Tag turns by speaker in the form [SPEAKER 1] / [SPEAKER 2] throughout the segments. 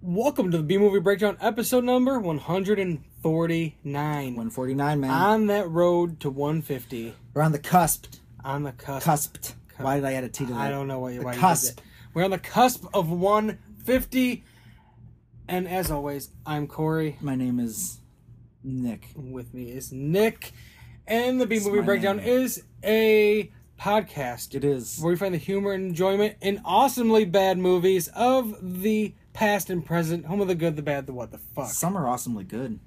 [SPEAKER 1] Welcome to the B Movie Breakdown, episode number 149.
[SPEAKER 2] 149, man.
[SPEAKER 1] On that road to 150,
[SPEAKER 2] We're on the cusp.
[SPEAKER 1] on the cusp.
[SPEAKER 2] Cusped. Why did I add a T to that?
[SPEAKER 1] I don't know why, you-
[SPEAKER 2] The
[SPEAKER 1] why you
[SPEAKER 2] cusp.
[SPEAKER 1] did that. We're on the cusp of 150. And as always, I'm Corey.
[SPEAKER 2] My name is Nick.
[SPEAKER 1] With me is Nick. And the B Movie
[SPEAKER 2] my
[SPEAKER 1] Breakdown
[SPEAKER 2] name.
[SPEAKER 1] is a podcast
[SPEAKER 2] It is.
[SPEAKER 1] where we find the humor and enjoyment in awesomely bad movies of the past and present, home of the good, the bad, the what the fuck.
[SPEAKER 2] Some are awesomely good.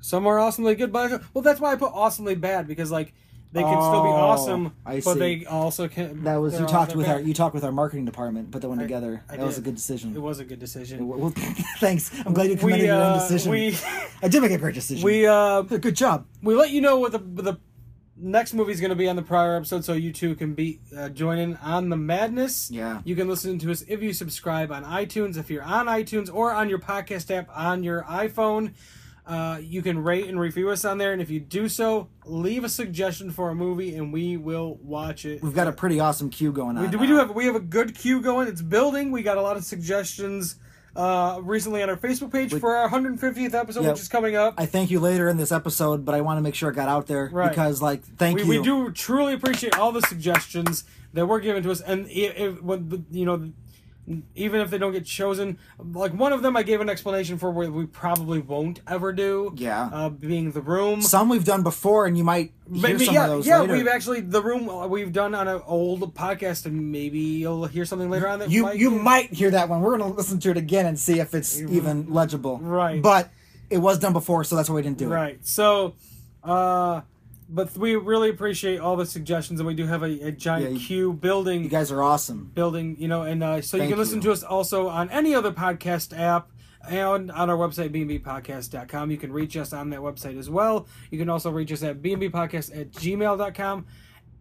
[SPEAKER 1] Some are awesomely good, but well, that's why I put awesomely bad because like they can still be
[SPEAKER 2] Oh,
[SPEAKER 1] awesome,
[SPEAKER 2] I
[SPEAKER 1] but
[SPEAKER 2] see.
[SPEAKER 1] they also can.
[SPEAKER 2] That was
[SPEAKER 1] they're
[SPEAKER 2] you talked
[SPEAKER 1] also
[SPEAKER 2] with
[SPEAKER 1] bad.
[SPEAKER 2] our you talked with our marketing department, put that one
[SPEAKER 1] I-
[SPEAKER 2] together.
[SPEAKER 1] I
[SPEAKER 2] that was a
[SPEAKER 1] did.
[SPEAKER 2] good
[SPEAKER 1] It
[SPEAKER 2] decision.
[SPEAKER 1] was a good decision.
[SPEAKER 2] Well, thanks. I'm glad you commended
[SPEAKER 1] We
[SPEAKER 2] your own
[SPEAKER 1] uh,
[SPEAKER 2] decision.
[SPEAKER 1] we
[SPEAKER 2] I did make a great decision.
[SPEAKER 1] we uh
[SPEAKER 2] good job.
[SPEAKER 1] we let you know what the the next movie is going to be on the prior episode, so you two can be uh, join in on the madness.
[SPEAKER 2] Yeah.
[SPEAKER 1] You can listen to us if you subscribe on iTunes. If you're on iTunes or on your podcast app on your iPhone, uh, you can rate and review us on there. And if you do so, leave a suggestion for a movie, and we will watch it.
[SPEAKER 2] We've got a pretty awesome queue going on.
[SPEAKER 1] We do, we do have we have a good queue going. It's building. We got a lot of suggestions uh, recently on our Facebook page for our 150th episode,
[SPEAKER 2] Yep.
[SPEAKER 1] which is coming up.
[SPEAKER 2] I thank you later in this episode, but I want to make sure it got out there
[SPEAKER 1] Right.
[SPEAKER 2] because, like, thank
[SPEAKER 1] We,
[SPEAKER 2] you.
[SPEAKER 1] we do truly appreciate all the suggestions that were given to us, and if, if when the- you know, even if they don't get chosen, like one of them, I gave an explanation for what we probably won't ever do.
[SPEAKER 2] Yeah.
[SPEAKER 1] uh, being the room.
[SPEAKER 2] Some we've done before, and you might hear
[SPEAKER 1] Maybe,
[SPEAKER 2] some
[SPEAKER 1] yeah,
[SPEAKER 2] of those
[SPEAKER 1] yeah,
[SPEAKER 2] later.
[SPEAKER 1] we've actually the room uh, we've done on an old podcast, and maybe you'll hear something later on that
[SPEAKER 2] You
[SPEAKER 1] might
[SPEAKER 2] you might hear that one. We're gonna listen to it again and see if it's even legible.
[SPEAKER 1] Right.
[SPEAKER 2] But it was done before, so that's why we didn't do it.
[SPEAKER 1] Right. So, uh, but we really appreciate all the suggestions, and we do have a, a giant
[SPEAKER 2] Yeah, you-
[SPEAKER 1] queue building,
[SPEAKER 2] You guys are awesome.
[SPEAKER 1] building, you know, and uh, so you
[SPEAKER 2] Thank
[SPEAKER 1] can listen
[SPEAKER 2] you.
[SPEAKER 1] to us also on any other podcast app. And on our website, bnbpodcast.com. You can reach us on that website as well. You can also reach us at bnbpodcast at gmail.com,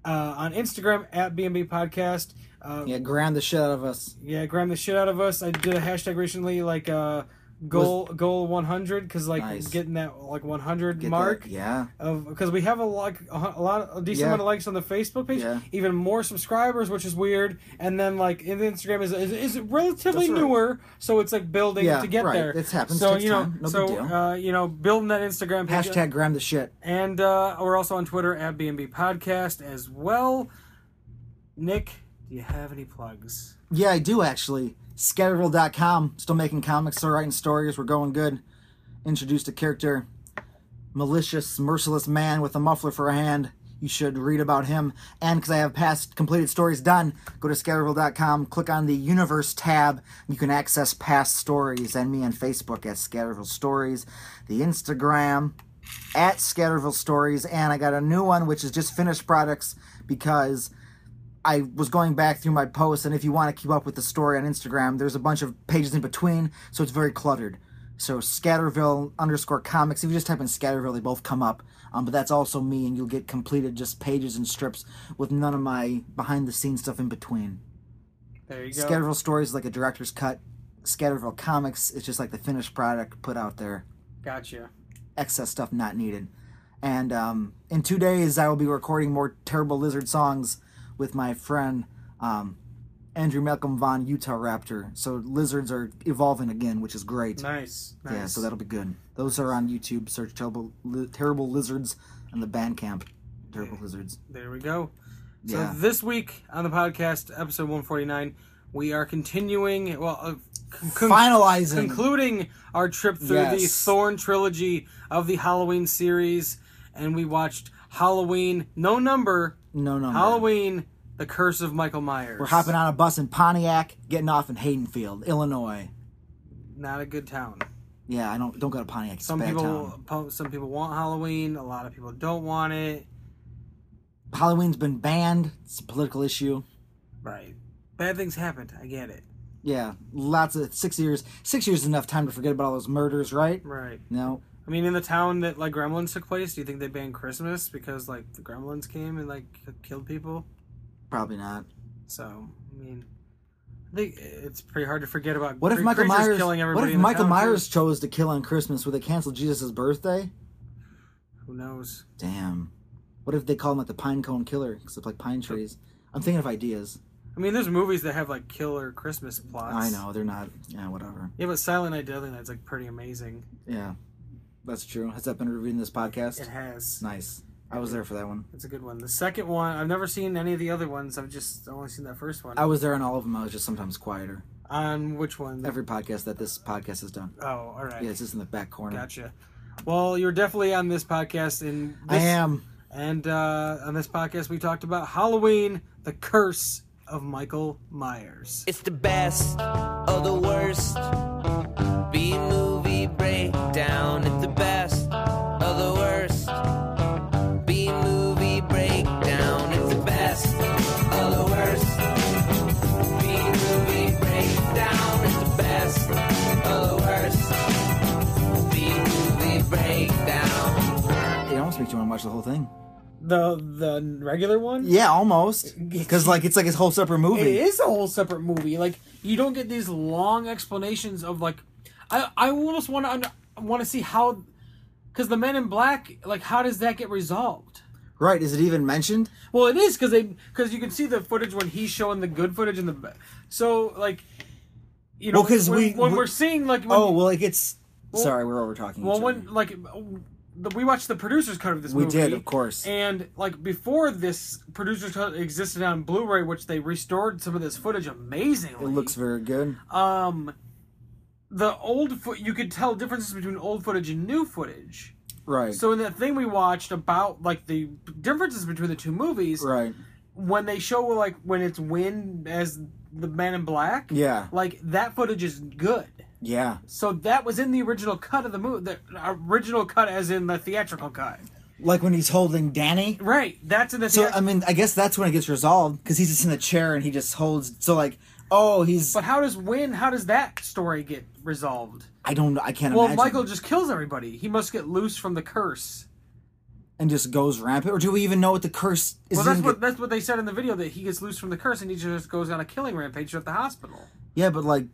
[SPEAKER 1] uh, on Instagram at bnbpodcast. Uh,
[SPEAKER 2] Yeah, ground the shit out of us.
[SPEAKER 1] yeah, gram the shit out of us. I did a hashtag recently, like uh, goal goal 100, because like
[SPEAKER 2] Nice.
[SPEAKER 1] getting that like 100
[SPEAKER 2] Get
[SPEAKER 1] mark
[SPEAKER 2] that- yeah.
[SPEAKER 1] of because we have a lot, a lot, a decent
[SPEAKER 2] Yeah.
[SPEAKER 1] amount of likes on the Facebook page,
[SPEAKER 2] Yeah.
[SPEAKER 1] even more subscribers, which is weird. And then like in Instagram is is, is relatively
[SPEAKER 2] That's right.
[SPEAKER 1] newer, so it's like building
[SPEAKER 2] Yeah,
[SPEAKER 1] to get
[SPEAKER 2] right.
[SPEAKER 1] there.
[SPEAKER 2] It's happens,
[SPEAKER 1] So
[SPEAKER 2] takes
[SPEAKER 1] you know,
[SPEAKER 2] time. No big
[SPEAKER 1] so
[SPEAKER 2] deal.
[SPEAKER 1] Uh, you know, building that Instagram page,
[SPEAKER 2] Hashtag ground the shit.
[SPEAKER 1] and uh, we're also on Twitter at BNB Podcast as well. Nick, do you have any plugs?
[SPEAKER 2] Yeah, I do actually. Scatterville.com. Still making comics, still writing stories. We're going good. Introduced a character, malicious, merciless man with a muffler for a hand. You should read about him. And because I have past completed stories done, go to scatterville.com, click on the universe tab. You can access past stories and me on Facebook at Scatterville Stories, the Instagram at Scatterville Stories, and I got a new one which is just finished products because I was going back through my posts, and if you want to keep up with the story on Instagram, there's a bunch of pages in between, so it's very cluttered. So Scatterville underscore comics. If you just type in Scatterville, they both come up. Um, but that's also me, and you'll get completed just pages and strips with none of my behind the scenes stuff in between.
[SPEAKER 1] There you go.
[SPEAKER 2] Scatterville stories is like a director's cut. Scatterville comics is just like the finished product put out there
[SPEAKER 1] Gotcha.
[SPEAKER 2] excess stuff not needed. And um, in two days, I will be recording more Terrible Lizard songs with my friend um, Andrew Malcolm von Utah Raptor. So lizards are evolving again, which is great.
[SPEAKER 1] Nice. nice.
[SPEAKER 2] Yeah, so that'll be good. Those are on YouTube. Search Terrible, li- Terrible Lizards and the Bandcamp. Terrible Lizards.
[SPEAKER 1] There we go. So
[SPEAKER 2] Yeah.
[SPEAKER 1] this week on the podcast, episode 149, we are continuing, well, uh, con- con-
[SPEAKER 2] Finalizing.
[SPEAKER 1] concluding our trip through the
[SPEAKER 2] Yes.
[SPEAKER 1] Thorn trilogy of the Halloween series, and we watched Halloween, no number,
[SPEAKER 2] no, no, no.
[SPEAKER 1] Halloween, The Curse of Michael Myers.
[SPEAKER 2] We're hopping on a bus in Pontiac, getting off in Haydenfield, Illinois.
[SPEAKER 1] Not a good town.
[SPEAKER 2] Yeah, I don't don't go to Pontiac. It's
[SPEAKER 1] Some
[SPEAKER 2] a bad town.
[SPEAKER 1] people, po- some people want Halloween. A lot of people don't want it.
[SPEAKER 2] Halloween's been banned. It's a political issue.
[SPEAKER 1] Right. Bad things happened. I get it.
[SPEAKER 2] Yeah, lots of six years. Six years is enough time to forget about all those murders, right?
[SPEAKER 1] Right.
[SPEAKER 2] No,
[SPEAKER 1] I mean, in the town that like Gremlins took place, do you think they banned Christmas because like the Gremlins came and like k- killed people?
[SPEAKER 2] probably not.
[SPEAKER 1] So I mean, I think it's pretty hard to forget about.
[SPEAKER 2] What if
[SPEAKER 1] cre-
[SPEAKER 2] Michael
[SPEAKER 1] creatures
[SPEAKER 2] Myers?
[SPEAKER 1] killing everybody?
[SPEAKER 2] What if
[SPEAKER 1] in the
[SPEAKER 2] Michael
[SPEAKER 1] town, too?
[SPEAKER 2] Myers chose to kill on Christmas? Would they cancel Jesus' birthday?
[SPEAKER 1] Who knows?
[SPEAKER 2] Damn. What if they call him like the pine cone killer, except like pine trees? I'm thinking of ideas.
[SPEAKER 1] I I mean, there's movies that have like killer Christmas plots.
[SPEAKER 2] I know they're not. Yeah, whatever.
[SPEAKER 1] Yeah, but Silent Night, Deadly Night's like pretty amazing.
[SPEAKER 2] Yeah, that's true. Has that been reviewed in this podcast?
[SPEAKER 1] It has.
[SPEAKER 2] Nice. I was there for that one.
[SPEAKER 1] It's a good one. The second one, I've never seen any of the other ones. I've just only seen that first one.
[SPEAKER 2] I was there on all of them. I was just sometimes quieter.
[SPEAKER 1] On which one?
[SPEAKER 2] Every podcast that this podcast has done.
[SPEAKER 1] oh, all right.
[SPEAKER 2] Yeah, it's just in the back corner.
[SPEAKER 1] Gotcha. Well, you're definitely on this podcast, and
[SPEAKER 2] I
[SPEAKER 1] this-
[SPEAKER 2] am.
[SPEAKER 1] And uh, on this podcast, we talked about Halloween: The Curse of Michael Myers.
[SPEAKER 3] It's the best of the worst. B movie breakdown. It's the best of the worst. B movie breakdown. It's the best of the worst. B movie breakdown. It's the best of the worst. B movie breakdown.
[SPEAKER 2] It almost makes you want to watch the whole thing.
[SPEAKER 1] The the regular one.
[SPEAKER 2] Yeah, almost. Because like it's like a whole separate movie.
[SPEAKER 1] It is a whole separate movie. Like you don't get these long explanations of like, I I almost want to want to see how, because the Men in Black like how does that get resolved?
[SPEAKER 2] Right? Is it even mentioned?
[SPEAKER 1] Well, it is because they because you can see the footage when he's showing the good footage and the ba- so like, you know,
[SPEAKER 2] Well, 'cause
[SPEAKER 1] when,
[SPEAKER 2] we-
[SPEAKER 1] when
[SPEAKER 2] we-
[SPEAKER 1] we're seeing like when,
[SPEAKER 2] Oh well, it gets. Sorry, we're over talking.
[SPEAKER 1] Well, when like the, we watched the producers cut of this
[SPEAKER 2] We
[SPEAKER 1] movie,
[SPEAKER 2] did, of course.
[SPEAKER 1] and like before this producers cut existed on Blu-ray, which they restored some of this footage amazingly.
[SPEAKER 2] it looks very good.
[SPEAKER 1] um the old foot you could tell differences between old footage and new footage.
[SPEAKER 2] Right.
[SPEAKER 1] So in that thing we watched about like the differences between the two movies,
[SPEAKER 2] right.
[SPEAKER 1] when they show like when it's Win as the Man in Black,
[SPEAKER 2] Yeah.
[SPEAKER 1] like that footage is good.
[SPEAKER 2] Yeah.
[SPEAKER 1] So that was in the original cut of the movie, the original cut as in the theatrical cut.
[SPEAKER 2] Like when he's holding Danny.
[SPEAKER 1] Right, that's in the
[SPEAKER 2] So
[SPEAKER 1] theatrical
[SPEAKER 2] I mean, I guess that's when it gets resolved because he's just in the chair and he just holds. So like, oh, he's.
[SPEAKER 1] But how does when how does that story get resolved?
[SPEAKER 2] I don't. I can't
[SPEAKER 1] Well,
[SPEAKER 2] imagine.
[SPEAKER 1] Michael just kills everybody. He must get loose from the curse.
[SPEAKER 2] and just goes rampant, or do we even know what the curse is?
[SPEAKER 1] Well, that's
[SPEAKER 2] even-
[SPEAKER 1] what that's what they said in the video that he gets loose from the curse and he just goes on a killing rampage at the hospital.
[SPEAKER 2] Yeah, but like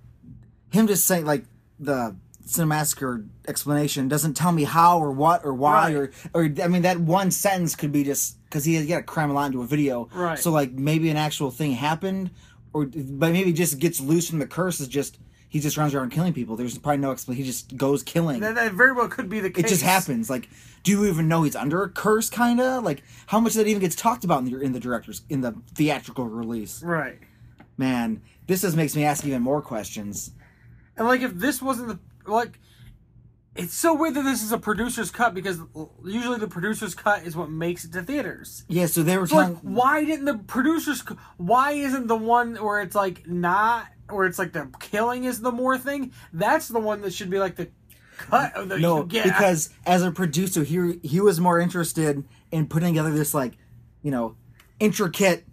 [SPEAKER 2] him just saying like the cinemassacre explanation doesn't tell me how or what or why
[SPEAKER 1] Right.
[SPEAKER 2] or or I mean that one sentence could be just because he had got to cram a lot into a video.
[SPEAKER 1] Right.
[SPEAKER 2] So like maybe an actual thing happened, or but maybe just gets loose from the curse is just he just runs around killing people. There's probably no explanation. He just goes killing.
[SPEAKER 1] That, that very well could be the case.
[SPEAKER 2] it just happens. Like, do you even know he's under a curse? Kind of like how much of that even gets talked about in the in the directors in the theatrical release?
[SPEAKER 1] Right.
[SPEAKER 2] Man, this just makes me ask even more questions.
[SPEAKER 1] And like, if this wasn't the like, it's so weird that this is a producer's cut because l- usually the producer's cut is what makes it to theaters.
[SPEAKER 2] Yeah, so they were
[SPEAKER 1] So like,
[SPEAKER 2] trying.
[SPEAKER 1] why didn't the producers? c- Why isn't the one where it's like not where it's like the killing is the more thing? That's the one that should be like the cut of the
[SPEAKER 2] no,
[SPEAKER 1] you get-
[SPEAKER 2] because as a producer, he he was more interested in putting together this like, you know, intricate,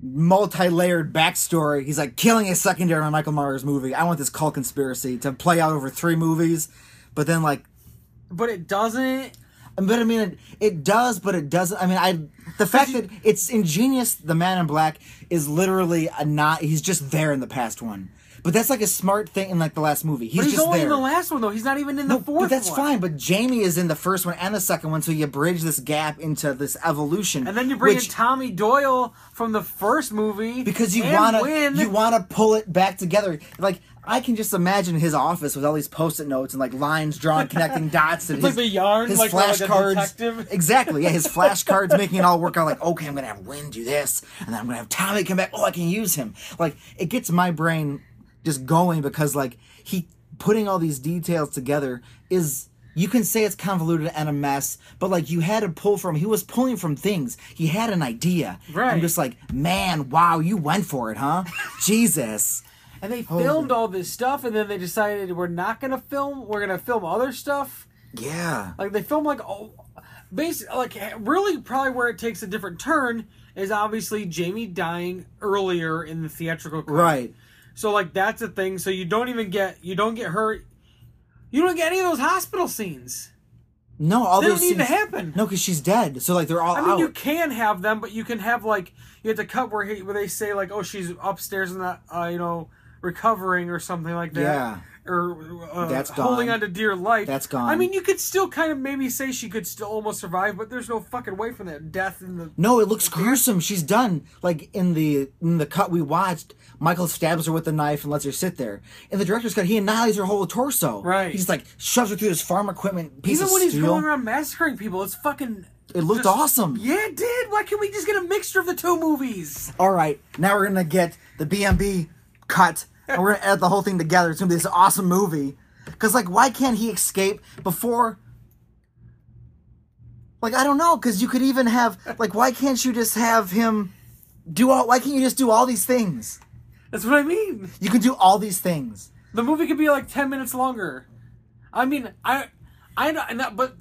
[SPEAKER 2] multi-layered backstory. He's like killing is secondary in a Michael Myers movie. I want this cult conspiracy to play out over three movies, but then like,
[SPEAKER 1] but it doesn't.
[SPEAKER 2] but I mean, it, it does, but it doesn't. I mean, I the fact that it's ingenious. The Man in Black is literally a not. He's just there in the past one. But that's like a smart thing in like the last movie. He's,
[SPEAKER 1] But he's
[SPEAKER 2] just
[SPEAKER 1] only
[SPEAKER 2] there.
[SPEAKER 1] in the last one though. He's not even in the fourth.
[SPEAKER 2] But that's
[SPEAKER 1] one.
[SPEAKER 2] fine. But Jamie is in the first one and the second one, so you bridge this gap into this evolution.
[SPEAKER 1] And then you bring
[SPEAKER 2] which-
[SPEAKER 1] in Tommy Doyle from the first movie
[SPEAKER 2] because you
[SPEAKER 1] and
[SPEAKER 2] wanna
[SPEAKER 1] win.
[SPEAKER 2] you wanna pull it back together. Like I can just imagine his office with all these post-it notes and like lines drawn connecting dots. And
[SPEAKER 1] It's like
[SPEAKER 2] his,
[SPEAKER 1] the yarn,
[SPEAKER 2] his
[SPEAKER 1] like, we're like a detective.
[SPEAKER 2] flashcards. Exactly. Yeah, his flashcards making it all work out. Like okay, I'm gonna have Win do this, and then I'm gonna have Tommy come back. Oh, I can use him. Like it gets my brain just going because like he putting all these details together is you can say it's convoluted and a mess but like you had to pull from he was pulling from things he had an idea
[SPEAKER 1] Right.
[SPEAKER 2] i'm just like man wow you went for it huh jesus
[SPEAKER 1] and they filmed all this stuff, and then they decided we're not gonna film. We're gonna film other stuff.
[SPEAKER 2] yeah
[SPEAKER 1] Like they film like oh, basically like eh, really probably where it takes a different turn is obviously Jamie dying earlier in the theatrical cut.
[SPEAKER 2] right
[SPEAKER 1] So like that's a thing. So you don't even get you don't get her, you don't get any of those hospital scenes.
[SPEAKER 2] no all
[SPEAKER 1] They don't
[SPEAKER 2] those
[SPEAKER 1] need to
[SPEAKER 2] scenes-
[SPEAKER 1] happen.
[SPEAKER 2] no because she's dead so like they're all
[SPEAKER 1] I mean,
[SPEAKER 2] out
[SPEAKER 1] you can have them, but you can have like you have to cut where he, where they say like, oh, she's upstairs and that uh, you know recovering or something like that.
[SPEAKER 2] Yeah.
[SPEAKER 1] or uh,
[SPEAKER 2] That's
[SPEAKER 1] holding
[SPEAKER 2] gone.
[SPEAKER 1] on to dear life.
[SPEAKER 2] That's gone.
[SPEAKER 1] I mean, you could still kind of maybe say she could still almost survive, but there's no fucking way from that death in the.
[SPEAKER 2] No, it looks gruesome. She's done. Like in the in the cut we watched, Michael stabs her with a knife and lets her sit there. In the director's cut, he annihilates her whole torso.
[SPEAKER 1] Right.
[SPEAKER 2] He just like shoves her through this farm equipment piece
[SPEAKER 1] Even
[SPEAKER 2] of
[SPEAKER 1] when he's
[SPEAKER 2] steel.
[SPEAKER 1] going around massacring people, it's fucking.
[SPEAKER 2] It looked
[SPEAKER 1] just-
[SPEAKER 2] awesome.
[SPEAKER 1] Yeah, it did. Why can't we just get a mixture of the two movies?
[SPEAKER 2] All right, now we're gonna get the BMB cut, and we're gonna add the whole thing together. It's gonna be this awesome movie. Cause like, why can't he escape before? Like, I don't know. Cause you could even have like, why can't you just have him do all? Why can't you just do all these things?
[SPEAKER 1] That's what I mean.
[SPEAKER 2] You can do all these things.
[SPEAKER 1] The movie could be like ten minutes longer. I mean, I, I know, and that- but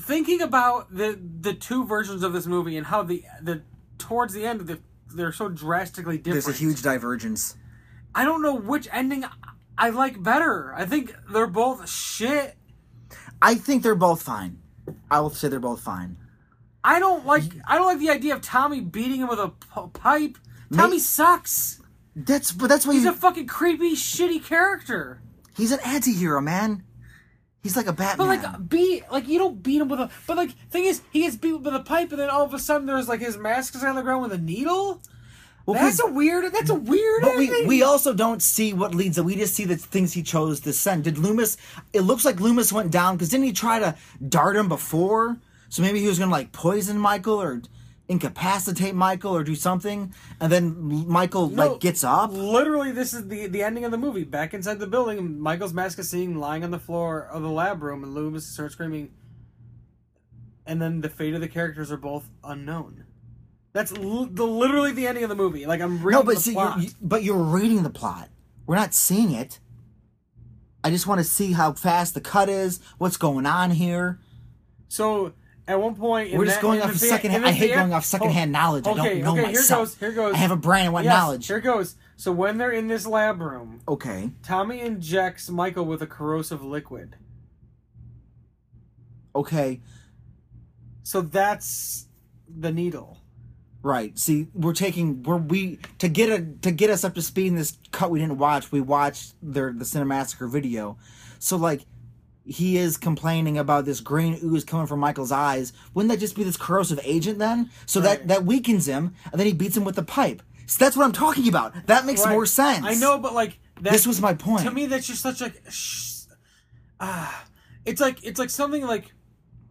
[SPEAKER 1] thinking about the the two versions of this movie and how the the towards the end the, they're so drastically different.
[SPEAKER 2] There's a huge divergence.
[SPEAKER 1] I don't know which ending I like better. I think they're both shit.
[SPEAKER 2] I think they're both fine. I will say they're both fine.
[SPEAKER 1] I don't like. I don't like the idea of Tommy beating him with a p- pipe. Tommy sucks.
[SPEAKER 2] That's but that's why
[SPEAKER 1] He's
[SPEAKER 2] he's,
[SPEAKER 1] a fucking creepy, shitty character.
[SPEAKER 2] he's an anti-hero, man. He's like a Batman.
[SPEAKER 1] But like beat like you don't beat him with a but like thing is he gets beat with a pipe and then all of a sudden there's like his mask is on the ground with a needle.
[SPEAKER 2] Well,
[SPEAKER 1] that's
[SPEAKER 2] we-
[SPEAKER 1] a weird. That's a weird.
[SPEAKER 2] But we,
[SPEAKER 1] ending.
[SPEAKER 2] we also don't see what leads to. We just see the things he chose to send. Did Loomis? It looks like Loomis went down because didn't he try to dart him before? So maybe he was gonna like poison Michael or incapacitate Michael or do something, and then Michael
[SPEAKER 1] No,
[SPEAKER 2] like gets up.
[SPEAKER 1] Literally, this is the the ending of the movie. Back inside the building, Michael's mask is seen lying on the floor of the lab room, and Loomis starts screaming. And then the fate of the characters are both unknown. That's l- the literally the ending of the movie. Like I'm reading
[SPEAKER 2] No, but
[SPEAKER 1] the
[SPEAKER 2] see, you're,
[SPEAKER 1] plot.
[SPEAKER 2] you, but you're reading the plot. We're not seeing it. I just want to see how fast the cut is. What's going on here?
[SPEAKER 1] So at one point, in
[SPEAKER 2] We're just
[SPEAKER 1] that-
[SPEAKER 2] going
[SPEAKER 1] in
[SPEAKER 2] off
[SPEAKER 1] the
[SPEAKER 2] of
[SPEAKER 1] thea-
[SPEAKER 2] second.
[SPEAKER 1] in
[SPEAKER 2] Hand,
[SPEAKER 1] the
[SPEAKER 2] I hate
[SPEAKER 1] thea-
[SPEAKER 2] going off secondhand knowledge. I
[SPEAKER 1] okay,
[SPEAKER 2] don't know
[SPEAKER 1] okay,
[SPEAKER 2] myself.
[SPEAKER 1] Here goes. Here goes.
[SPEAKER 2] I have a brain. I want
[SPEAKER 1] Yes,
[SPEAKER 2] knowledge.
[SPEAKER 1] Here goes. So when they're in this lab room,
[SPEAKER 2] Okay.
[SPEAKER 1] Tommy injects Michael with a corrosive liquid.
[SPEAKER 2] Okay.
[SPEAKER 1] So that's the needle.
[SPEAKER 2] Right. See, we're taking we're we to get a to get us up to speed in this cut we didn't watch. We watched their the Cinemassacre video, so like he is complaining about this green ooze coming from Michael's eyes. Wouldn't that just be this corrosive agent then? So
[SPEAKER 1] Right.
[SPEAKER 2] that that weakens him, and then he beats him with the pipe. So that's what I'm talking about. That makes
[SPEAKER 1] Right.
[SPEAKER 2] more sense.
[SPEAKER 1] I know, but like that,
[SPEAKER 2] This was my point.
[SPEAKER 1] to me. That's just such a. Sh- ah, it's like it's like something like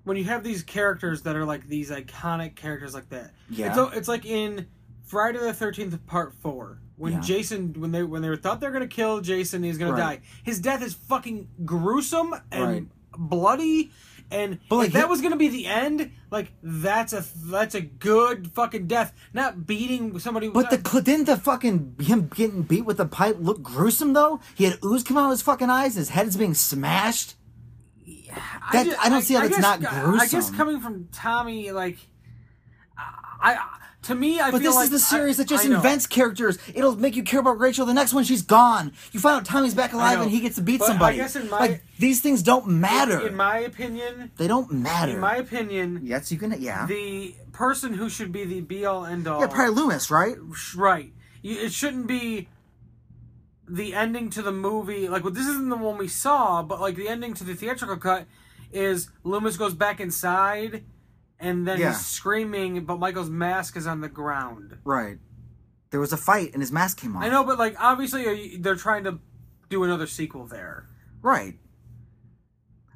[SPEAKER 1] when you have these characters that are like these iconic characters like that.
[SPEAKER 2] Yeah.
[SPEAKER 1] It's, al- it's like in Friday the Thirteenth Part Four when
[SPEAKER 2] Yeah.
[SPEAKER 1] Jason when they when they were thought they were gonna kill Jason he's gonna die.
[SPEAKER 2] Right.
[SPEAKER 1] His death is fucking gruesome and
[SPEAKER 2] Right.
[SPEAKER 1] bloody. And
[SPEAKER 2] But, like,
[SPEAKER 1] if that
[SPEAKER 2] he-
[SPEAKER 1] was gonna be the end, like that's a that's a good fucking death. Not beating somebody.
[SPEAKER 2] But the cl- didn't the fucking him getting beat with the pipe look gruesome though? He had ooze come out of his fucking eyes. His head is being smashed. That-
[SPEAKER 1] ju-
[SPEAKER 2] I don't see how that's not
[SPEAKER 1] I guess
[SPEAKER 2] gruesome.
[SPEAKER 1] coming from Tommy, like, I, I to me, I
[SPEAKER 2] But
[SPEAKER 1] feel
[SPEAKER 2] this
[SPEAKER 1] like
[SPEAKER 2] is the series
[SPEAKER 1] I-
[SPEAKER 2] that just
[SPEAKER 1] I know.
[SPEAKER 2] invents characters. It'll make you care about Rachel. The next one, she's gone. You find out Tommy's back alive
[SPEAKER 1] know.
[SPEAKER 2] and he gets to beat
[SPEAKER 1] But I
[SPEAKER 2] somebody.
[SPEAKER 1] guess in my-
[SPEAKER 2] like these things don't matter.
[SPEAKER 1] In my opinion,
[SPEAKER 2] they don't matter.
[SPEAKER 1] in my opinion,
[SPEAKER 2] yes, you can. Yeah.
[SPEAKER 1] the person who should be the be all end all,
[SPEAKER 2] yeah, probably Loomis, right?
[SPEAKER 1] right? You, it shouldn't be the ending to the movie. Like, well, this isn't the one we saw, but like the ending to the theatrical cut is Loomis goes back inside. And then
[SPEAKER 2] Yeah.
[SPEAKER 1] he's screaming, but Michael's mask is on the ground.
[SPEAKER 2] Right. There was a fight and his mask came off.
[SPEAKER 1] I know, but like obviously are you- they're trying to do another sequel there.
[SPEAKER 2] Right.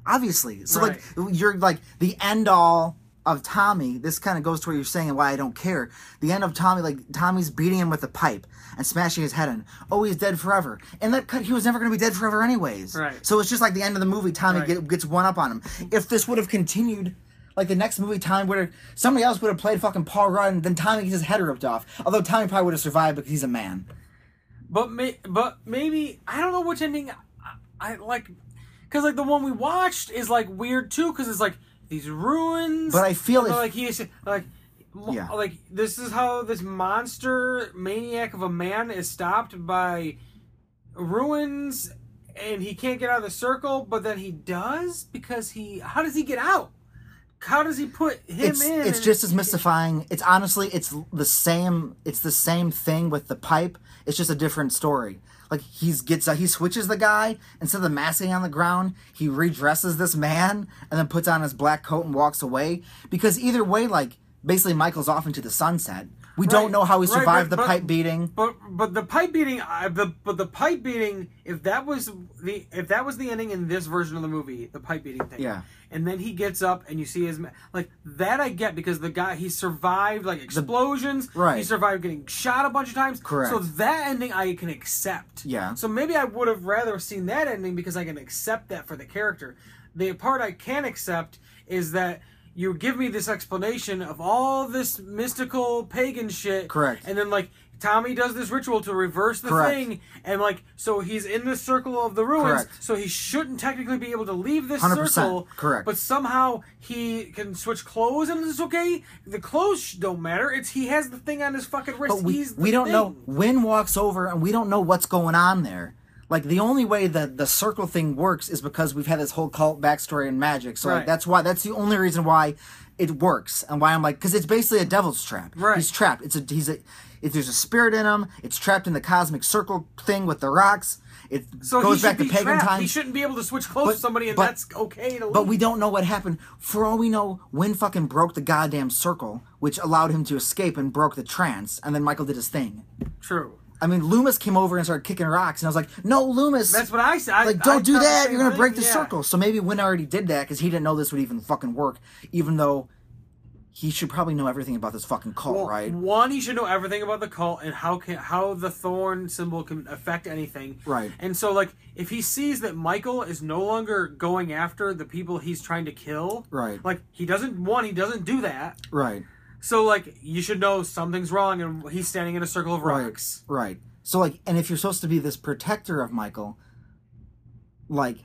[SPEAKER 2] Obviously. So
[SPEAKER 1] Right.
[SPEAKER 2] like you're like the end all of Tommy, this kind of goes to what you're saying and why I don't care. The end of Tommy, like Tommy's beating him with a pipe and smashing his head in. Oh, he's dead forever. And that cut, he was never going to be dead forever, anyways.
[SPEAKER 1] Right.
[SPEAKER 2] So it's just like the end of the movie. Tommy
[SPEAKER 1] Right.
[SPEAKER 2] get, gets one up on him. If this would have continued, like the next movie, Tommy would have somebody else would have played fucking Paul Rudd, and then Tommy gets his head ripped off. Although Tommy probably would have survived because he's a man.
[SPEAKER 1] But may, but maybe I don't know which ending I, I like because like the one we watched is like weird too because it's like these ruins.
[SPEAKER 2] But I feel
[SPEAKER 1] and
[SPEAKER 2] if-
[SPEAKER 1] like he is like. mo-
[SPEAKER 2] Yeah.
[SPEAKER 1] Like this is how this monster maniac of a man is stopped by ruins, and he can't get out of the circle. But then he does because he. How does he get out? How does he put him
[SPEAKER 2] it's,
[SPEAKER 1] in?
[SPEAKER 2] It's
[SPEAKER 1] and-
[SPEAKER 2] just as mystifying. It's honestly, it's the same. It's the same thing with the pipe. It's just a different story. Like he's gets out, he switches the guy instead of the mask sitting on the ground. He redresses this man and then puts on his black coat and walks away. Because either way, like basically Michael's off into the sunset. We
[SPEAKER 1] Right,
[SPEAKER 2] don't know how he
[SPEAKER 1] right,
[SPEAKER 2] survived
[SPEAKER 1] right,
[SPEAKER 2] the
[SPEAKER 1] but-
[SPEAKER 2] pipe beating.
[SPEAKER 1] But but the pipe beating, I, the but the pipe beating. If that was the if that was the ending in this version of the movie, the pipe beating thing.
[SPEAKER 2] Yeah.
[SPEAKER 1] And then he gets up, and you see his ma- like that. I get because the guy he survived like explosions.
[SPEAKER 2] right.
[SPEAKER 1] He survived getting shot a bunch of times.
[SPEAKER 2] Correct.
[SPEAKER 1] So that ending I can accept.
[SPEAKER 2] Yeah.
[SPEAKER 1] So maybe I would have rather seen that ending because I can accept that for the character. The part I can accept is that. You give me this explanation of all this mystical pagan shit,
[SPEAKER 2] Correct.
[SPEAKER 1] and then like Tommy does this ritual to reverse the
[SPEAKER 2] Correct.
[SPEAKER 1] thing, and like so he's in the circle of the ruins,
[SPEAKER 2] Correct.
[SPEAKER 1] so he shouldn't technically be able to leave this
[SPEAKER 2] 100%,
[SPEAKER 1] circle.
[SPEAKER 2] correct.
[SPEAKER 1] But somehow he can switch clothes, and it's okay. The clothes sh- don't matter. It's he has the thing on his fucking wrist.
[SPEAKER 2] But we,
[SPEAKER 1] he's the
[SPEAKER 2] we don't
[SPEAKER 1] thing.
[SPEAKER 2] know. Wynn walks over and we don't know what's going on there. Like the only way that the circle thing works is because we've had this whole cult backstory and magic. So
[SPEAKER 1] Right.
[SPEAKER 2] like that's why that's the only reason why it works and why I'm like because it's basically a devil's trap.
[SPEAKER 1] Right.
[SPEAKER 2] He's trapped. It's a he's a if there's a spirit in him, it's trapped in the cosmic circle thing with the rocks. It
[SPEAKER 1] So he
[SPEAKER 2] goes
[SPEAKER 1] should
[SPEAKER 2] back to
[SPEAKER 1] be
[SPEAKER 2] pagan
[SPEAKER 1] trapped. He
[SPEAKER 2] times.
[SPEAKER 1] shouldn't be able to switch clothes
[SPEAKER 2] But-
[SPEAKER 1] with somebody, and
[SPEAKER 2] but-
[SPEAKER 1] that's okay to leave.
[SPEAKER 2] But we don't know what happened. For all we know, Wynn fucking broke the goddamn circle, which allowed him to escape and broke the trance, and then Michael did his thing.
[SPEAKER 1] true.
[SPEAKER 2] I mean, Loomis came over and started kicking rocks, and I was like, "No, Loomis,
[SPEAKER 1] That's what I said. I-
[SPEAKER 2] like,
[SPEAKER 1] I
[SPEAKER 2] don't do
[SPEAKER 1] thought the
[SPEAKER 2] that.
[SPEAKER 1] same
[SPEAKER 2] You're gonna
[SPEAKER 1] thing,
[SPEAKER 2] break the
[SPEAKER 1] yeah.
[SPEAKER 2] circle." So maybe Wynn already did that because he didn't know this would even fucking work, even though he should probably know everything about this fucking cult,
[SPEAKER 1] Well,
[SPEAKER 2] right?
[SPEAKER 1] One, he should know everything about the cult and how can how the thorn symbol can affect anything.
[SPEAKER 2] Right.
[SPEAKER 1] And so, like, if he sees that Michael is no longer going after the people he's trying to kill,
[SPEAKER 2] Right.
[SPEAKER 1] Like, he doesn't one, he doesn't do that.
[SPEAKER 2] Right,
[SPEAKER 1] So, like, you should know something's wrong, and he's standing in a circle of rocks.
[SPEAKER 2] right. So like, and if you're supposed to be this protector of Michael, like,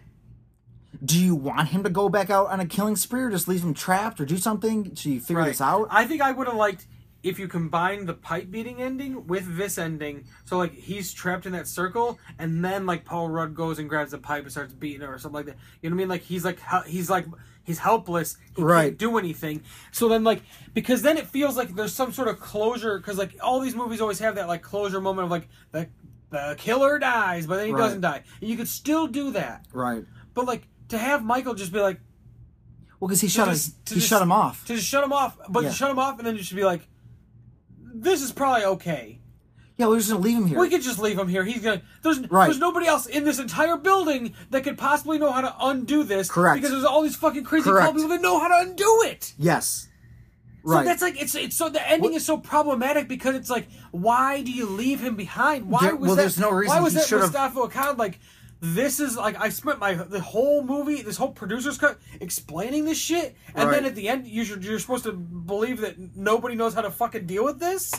[SPEAKER 2] do you want him to go back out on a killing spree, or just leave him trapped, or do something so you figure this out?
[SPEAKER 1] I think I would have liked if you combine the pipe beating ending with this ending. So like he's trapped in that circle, and then like Paul Rudd goes and grabs the pipe and starts beating her or something like that. You know what I mean? Like he's like hel- he's like he's helpless. He
[SPEAKER 2] Right.
[SPEAKER 1] can't do anything. So then like because then it feels like there's some sort of closure because like all these movies always have that like closure moment of like the the killer dies, but then he
[SPEAKER 2] Right.
[SPEAKER 1] doesn't die. And you could still do that,
[SPEAKER 2] right.
[SPEAKER 1] but like to have Michael just be like
[SPEAKER 2] Well, because he shut
[SPEAKER 1] just-
[SPEAKER 2] him,
[SPEAKER 1] to
[SPEAKER 2] he
[SPEAKER 1] just-
[SPEAKER 2] shut him off.
[SPEAKER 1] to just shut him off, but
[SPEAKER 2] Yeah.
[SPEAKER 1] to shut him off, and then you should be like, "This is probably okay.
[SPEAKER 2] yeah, we're just gonna leave him here.
[SPEAKER 1] We could just leave him here. He's gonna. There's
[SPEAKER 2] Right.
[SPEAKER 1] there's nobody else in this entire building that could possibly know how to undo this.
[SPEAKER 2] Correct.
[SPEAKER 1] Because there's all these fucking crazy
[SPEAKER 2] Correct.
[SPEAKER 1] cult people that know how to undo it.
[SPEAKER 2] Yes.
[SPEAKER 1] So that's like it's it's so the ending is so problematic because it's like why do you leave him behind? Why
[SPEAKER 2] There-
[SPEAKER 1] was
[SPEAKER 2] well,
[SPEAKER 1] that,
[SPEAKER 2] there's no reason
[SPEAKER 1] Why was
[SPEAKER 2] he
[SPEAKER 1] that
[SPEAKER 2] should've-
[SPEAKER 1] Mustafa Akkad like? This is like I spent my the whole movie, this whole producer's cut, explaining this shit, and then
[SPEAKER 2] Right.
[SPEAKER 1] at the end, you should, you're supposed to believe that nobody knows how to fucking deal with this.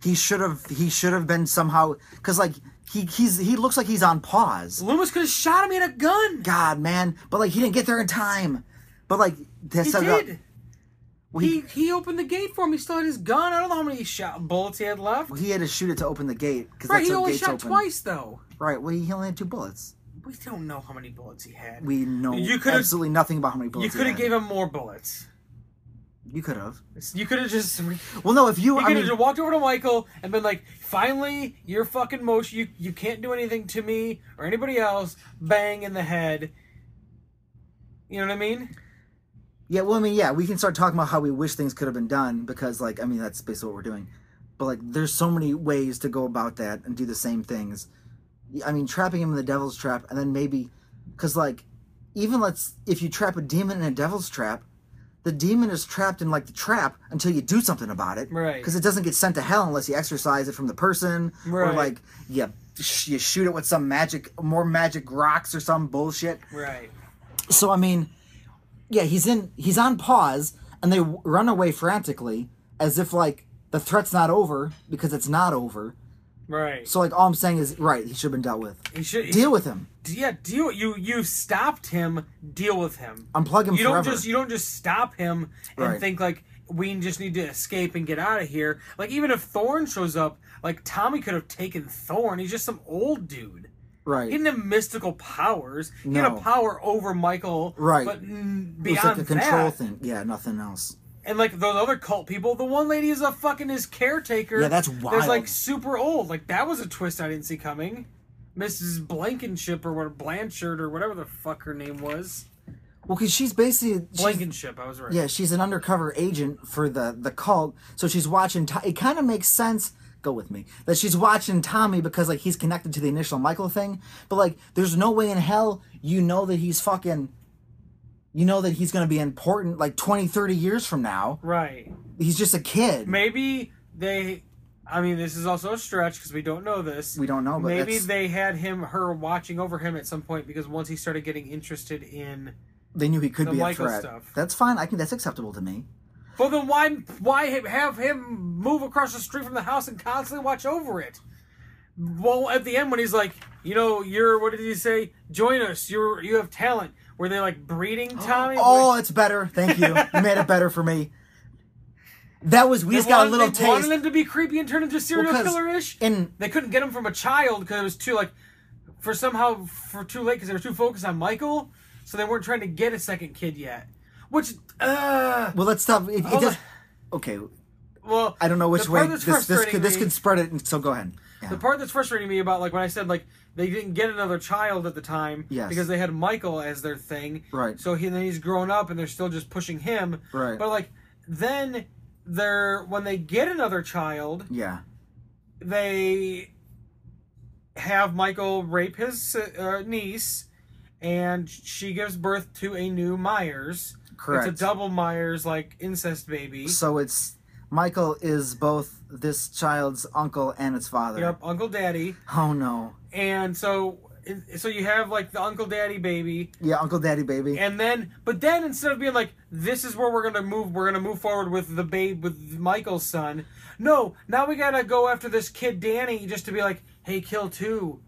[SPEAKER 2] he should have he should have been somehow because like he he's he looks like he's on pause.
[SPEAKER 1] Loomis could have shot him in a gun.
[SPEAKER 2] God, man, but like he didn't get there in time. But like that's
[SPEAKER 1] He
[SPEAKER 2] set it up-
[SPEAKER 1] did. he he opened the gate for him. He still had his gun. I don't know how many shot bullets he had left.
[SPEAKER 2] he had to shoot it to open the gate because
[SPEAKER 1] Right,
[SPEAKER 2] that's
[SPEAKER 1] he
[SPEAKER 2] how
[SPEAKER 1] only
[SPEAKER 2] gates
[SPEAKER 1] shot
[SPEAKER 2] open.
[SPEAKER 1] twice though.
[SPEAKER 2] Right, well he only had two bullets.
[SPEAKER 1] We don't know how many bullets he had.
[SPEAKER 2] We know
[SPEAKER 1] You could've-
[SPEAKER 2] absolutely nothing about how many
[SPEAKER 1] you
[SPEAKER 2] bullets.
[SPEAKER 1] could have
[SPEAKER 2] he
[SPEAKER 1] gave
[SPEAKER 2] had.
[SPEAKER 1] him more bullets.
[SPEAKER 2] You could have.
[SPEAKER 1] You could have just you
[SPEAKER 2] Well, no, if you, I
[SPEAKER 1] could have
[SPEAKER 2] mean,
[SPEAKER 1] just walked over to Michael and been like, "Finally, your fucking motion. You you can't do anything to me or anybody else. Bang in the head." You know what I mean?
[SPEAKER 2] yeah, well, I mean, yeah, we can start talking about how we wish things could have been done because, like, I mean, that's basically what we're doing. But like, there's so many ways to go about that and do the same things. I mean, trapping him in the devil's trap, and then maybe, because like, even let's if you trap a demon in a devil's trap, the demon is trapped in like the trap until you do something about it,
[SPEAKER 1] Right.
[SPEAKER 2] Because it doesn't get sent to hell unless you exorcise it from the person, or
[SPEAKER 1] Right.
[SPEAKER 2] like you sh- you shoot it with some magic, more magic rocks or some bullshit.
[SPEAKER 1] Right.
[SPEAKER 2] So I mean, yeah, he's in he's on pause, and they w- run away frantically as if like the threat's not over because it's not over.
[SPEAKER 1] Right.
[SPEAKER 2] So like all I'm saying is right, he should have been dealt with.
[SPEAKER 1] He should. he
[SPEAKER 2] Deal with him.
[SPEAKER 1] yeah deal you you stopped him deal with him
[SPEAKER 2] Unplug him
[SPEAKER 1] you don't
[SPEAKER 2] forever.
[SPEAKER 1] just you don't just stop him and
[SPEAKER 2] Right.
[SPEAKER 1] think like we just need to escape and get out of here like even if thorn shows up like tommy could have taken thorn he's just some old dude he
[SPEAKER 2] right.
[SPEAKER 1] didn't have mystical powers he had
[SPEAKER 2] No.
[SPEAKER 1] a power over michael
[SPEAKER 2] Right.
[SPEAKER 1] but mm,
[SPEAKER 2] It's
[SPEAKER 1] beyond
[SPEAKER 2] like a control
[SPEAKER 1] that
[SPEAKER 2] thing. Yeah, nothing else.
[SPEAKER 1] and like those other cult people the one lady is a fucking his caretaker
[SPEAKER 2] Yeah, that's
[SPEAKER 1] that's
[SPEAKER 2] wild.
[SPEAKER 1] like super old like that was a twist i didn't see coming Mrs. Blankenship or what Blanchard or whatever the fuck her name was.
[SPEAKER 2] Well, because she's basically she's-
[SPEAKER 1] Blankenship, I was right.
[SPEAKER 2] yeah, she's an undercover agent for the the cult. So she's watching. To- it kind of makes sense. Go with me that she's watching Tommy because like he's connected to the initial Michael thing. But like, there's no way in hell you know that he's fucking. You know that he's gonna be important like 20, 30 years from now.
[SPEAKER 1] Right.
[SPEAKER 2] He's just a kid.
[SPEAKER 1] Maybe they. I mean, this is also a stretch because we don't know this.
[SPEAKER 2] We don't know, but
[SPEAKER 1] Maybe
[SPEAKER 2] that's-
[SPEAKER 1] they had him, her watching over him at some point because once he started getting interested in.
[SPEAKER 2] they knew he could
[SPEAKER 1] the
[SPEAKER 2] be a
[SPEAKER 1] Michael
[SPEAKER 2] threat.
[SPEAKER 1] stuff.
[SPEAKER 2] That's fine. I can. That's acceptable to me.
[SPEAKER 1] Well, then why why have him move across the street from the house and constantly watch over it? Well, at the end when he's like, you know, you're what did he say? Join us. You're you have talent. Were they like breeding Tommy?
[SPEAKER 2] Oh, it's better. Thank you. you made it better for me. That was we
[SPEAKER 1] They
[SPEAKER 2] just got
[SPEAKER 1] wanted-
[SPEAKER 2] a little
[SPEAKER 1] they
[SPEAKER 2] taste.
[SPEAKER 1] Wanted him to be creepy and turn into serial
[SPEAKER 2] Well, 'cause
[SPEAKER 1] killer ish.
[SPEAKER 2] in-
[SPEAKER 1] they couldn't get him from a child because it was too like for somehow for too late because they were too focused on Michael, so they weren't trying to get a second kid yet. Which uh
[SPEAKER 2] Well, let's stop. It, it
[SPEAKER 1] Hold
[SPEAKER 2] does,
[SPEAKER 1] on.
[SPEAKER 2] okay,
[SPEAKER 1] well
[SPEAKER 2] I don't know which
[SPEAKER 1] the
[SPEAKER 2] way
[SPEAKER 1] part that's
[SPEAKER 2] this this
[SPEAKER 1] frustrating
[SPEAKER 2] could this
[SPEAKER 1] me-
[SPEAKER 2] could spread it. So go ahead. Yeah.
[SPEAKER 1] The part that's frustrating me about like when I said like they didn't get another child at the time
[SPEAKER 2] Yes.
[SPEAKER 1] because they had Michael as their thing.
[SPEAKER 2] Right.
[SPEAKER 1] So he then he's grown up and they're still just pushing him.
[SPEAKER 2] Right.
[SPEAKER 1] But like then they're when they get another child,
[SPEAKER 2] yeah.
[SPEAKER 1] they have Michael rape his uh, niece and she gives birth to a new Myers.
[SPEAKER 2] Correct.
[SPEAKER 1] It's a double Myers like incest baby.
[SPEAKER 2] So it's Michael is both this child's uncle and its father.
[SPEAKER 1] Yep, Uncle Daddy.
[SPEAKER 2] Oh no.
[SPEAKER 1] And so so you have like the Uncle Daddy baby
[SPEAKER 2] Yeah, Uncle Daddy Baby.
[SPEAKER 1] And then, but then instead of being like, this is where we're gonna move, we're gonna move forward with the babe with Michael's son. No, now we gotta go after this kid Danny just to be like, hey, kill two.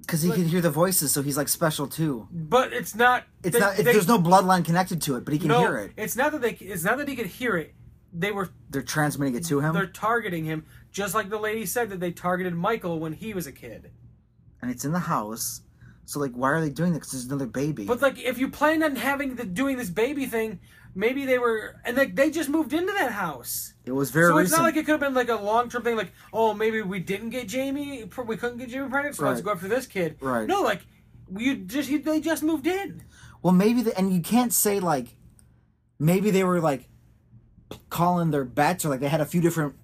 [SPEAKER 2] Because he can hear the voices, so he's like special too.
[SPEAKER 1] But it's not.
[SPEAKER 2] It's
[SPEAKER 1] they-
[SPEAKER 2] not. It,
[SPEAKER 1] they-
[SPEAKER 2] there's no bloodline connected to it, but he can
[SPEAKER 1] no,
[SPEAKER 2] hear it.
[SPEAKER 1] It's not that they. It's not that he could hear it. They were.
[SPEAKER 2] They're transmitting it to him,
[SPEAKER 1] They're targeting him, just like the lady said that they targeted Michael when he was a kid.
[SPEAKER 2] and it's in the house. So like, why are they doing this? Because there's another baby.
[SPEAKER 1] But like, if you planned on having the doing this baby thing, maybe they were, and like they just moved into that house.
[SPEAKER 2] it was very
[SPEAKER 1] so it's
[SPEAKER 2] recent.
[SPEAKER 1] not like it could have been like a long term thing. Like, oh, maybe we didn't get Jamie, pr- we couldn't get Jamie pregnant, so let's
[SPEAKER 2] Right.
[SPEAKER 1] go after this kid.
[SPEAKER 2] Right.
[SPEAKER 1] No, like you just you, they just moved in.
[SPEAKER 2] Well, maybe the, and you can't say like maybe they were like calling their bets or like they had a few different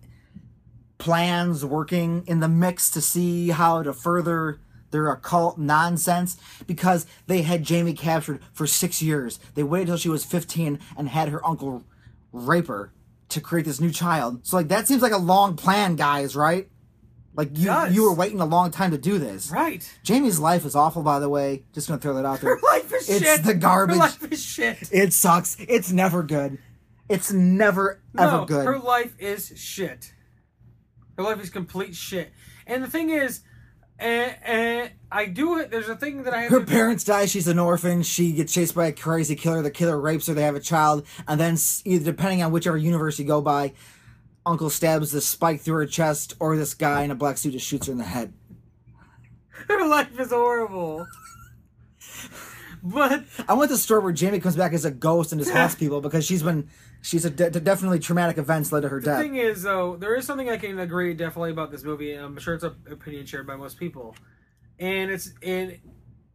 [SPEAKER 2] plans working in the mix to see how to further their occult nonsense because they had Jamie captured for 6 years. They waited till she was 15 and had her uncle rape her to create this new child. So like that seems like a long plan, guys, right? Like you
[SPEAKER 1] does.
[SPEAKER 2] you were waiting a long time to do this.
[SPEAKER 1] Right.
[SPEAKER 2] Jamie's life is awful by the way. Just going to throw that out there.
[SPEAKER 1] Her life is
[SPEAKER 2] It's
[SPEAKER 1] shit.
[SPEAKER 2] the garbage.
[SPEAKER 1] Her life is shit.
[SPEAKER 2] It sucks. It's never good. It's never ever
[SPEAKER 1] no,
[SPEAKER 2] good.
[SPEAKER 1] her life is shit. Her life is complete shit. And the thing is, eh, eh, I do it. There's a thing that I have
[SPEAKER 2] Her
[SPEAKER 1] to-
[SPEAKER 2] parents die. She's an orphan. She gets chased by a crazy killer. The killer rapes her. They have a child, and then s- either depending on whichever universe you go by, Uncle stabs this spike through her chest, or this guy in a black suit just shoots her in the head.
[SPEAKER 1] Her life is horrible. but
[SPEAKER 2] I want the story where Jamie comes back as a ghost and just haunts people because she's been she's a de- definitely traumatic events led to her
[SPEAKER 1] The
[SPEAKER 2] death.
[SPEAKER 1] thing is, though, there is something I can agree definitely about this movie, and I'm sure it's an opinion shared by most people. And it's and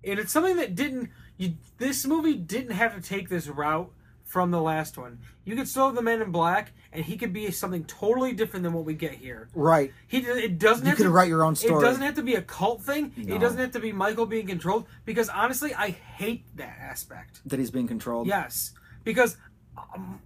[SPEAKER 1] and it's something that didn't you. This movie didn't have to take this route from the last one. You could still have the Man in Black, and he could be something totally different than what we get here.
[SPEAKER 2] right.
[SPEAKER 1] He d- it doesn't. You have
[SPEAKER 2] could
[SPEAKER 1] to,
[SPEAKER 2] write your own story.
[SPEAKER 1] It doesn't have to be a cult thing.
[SPEAKER 2] No.
[SPEAKER 1] It doesn't have to be Michael being controlled. Because honestly, I hate that aspect.
[SPEAKER 2] That he's being controlled.
[SPEAKER 1] Yes, because um,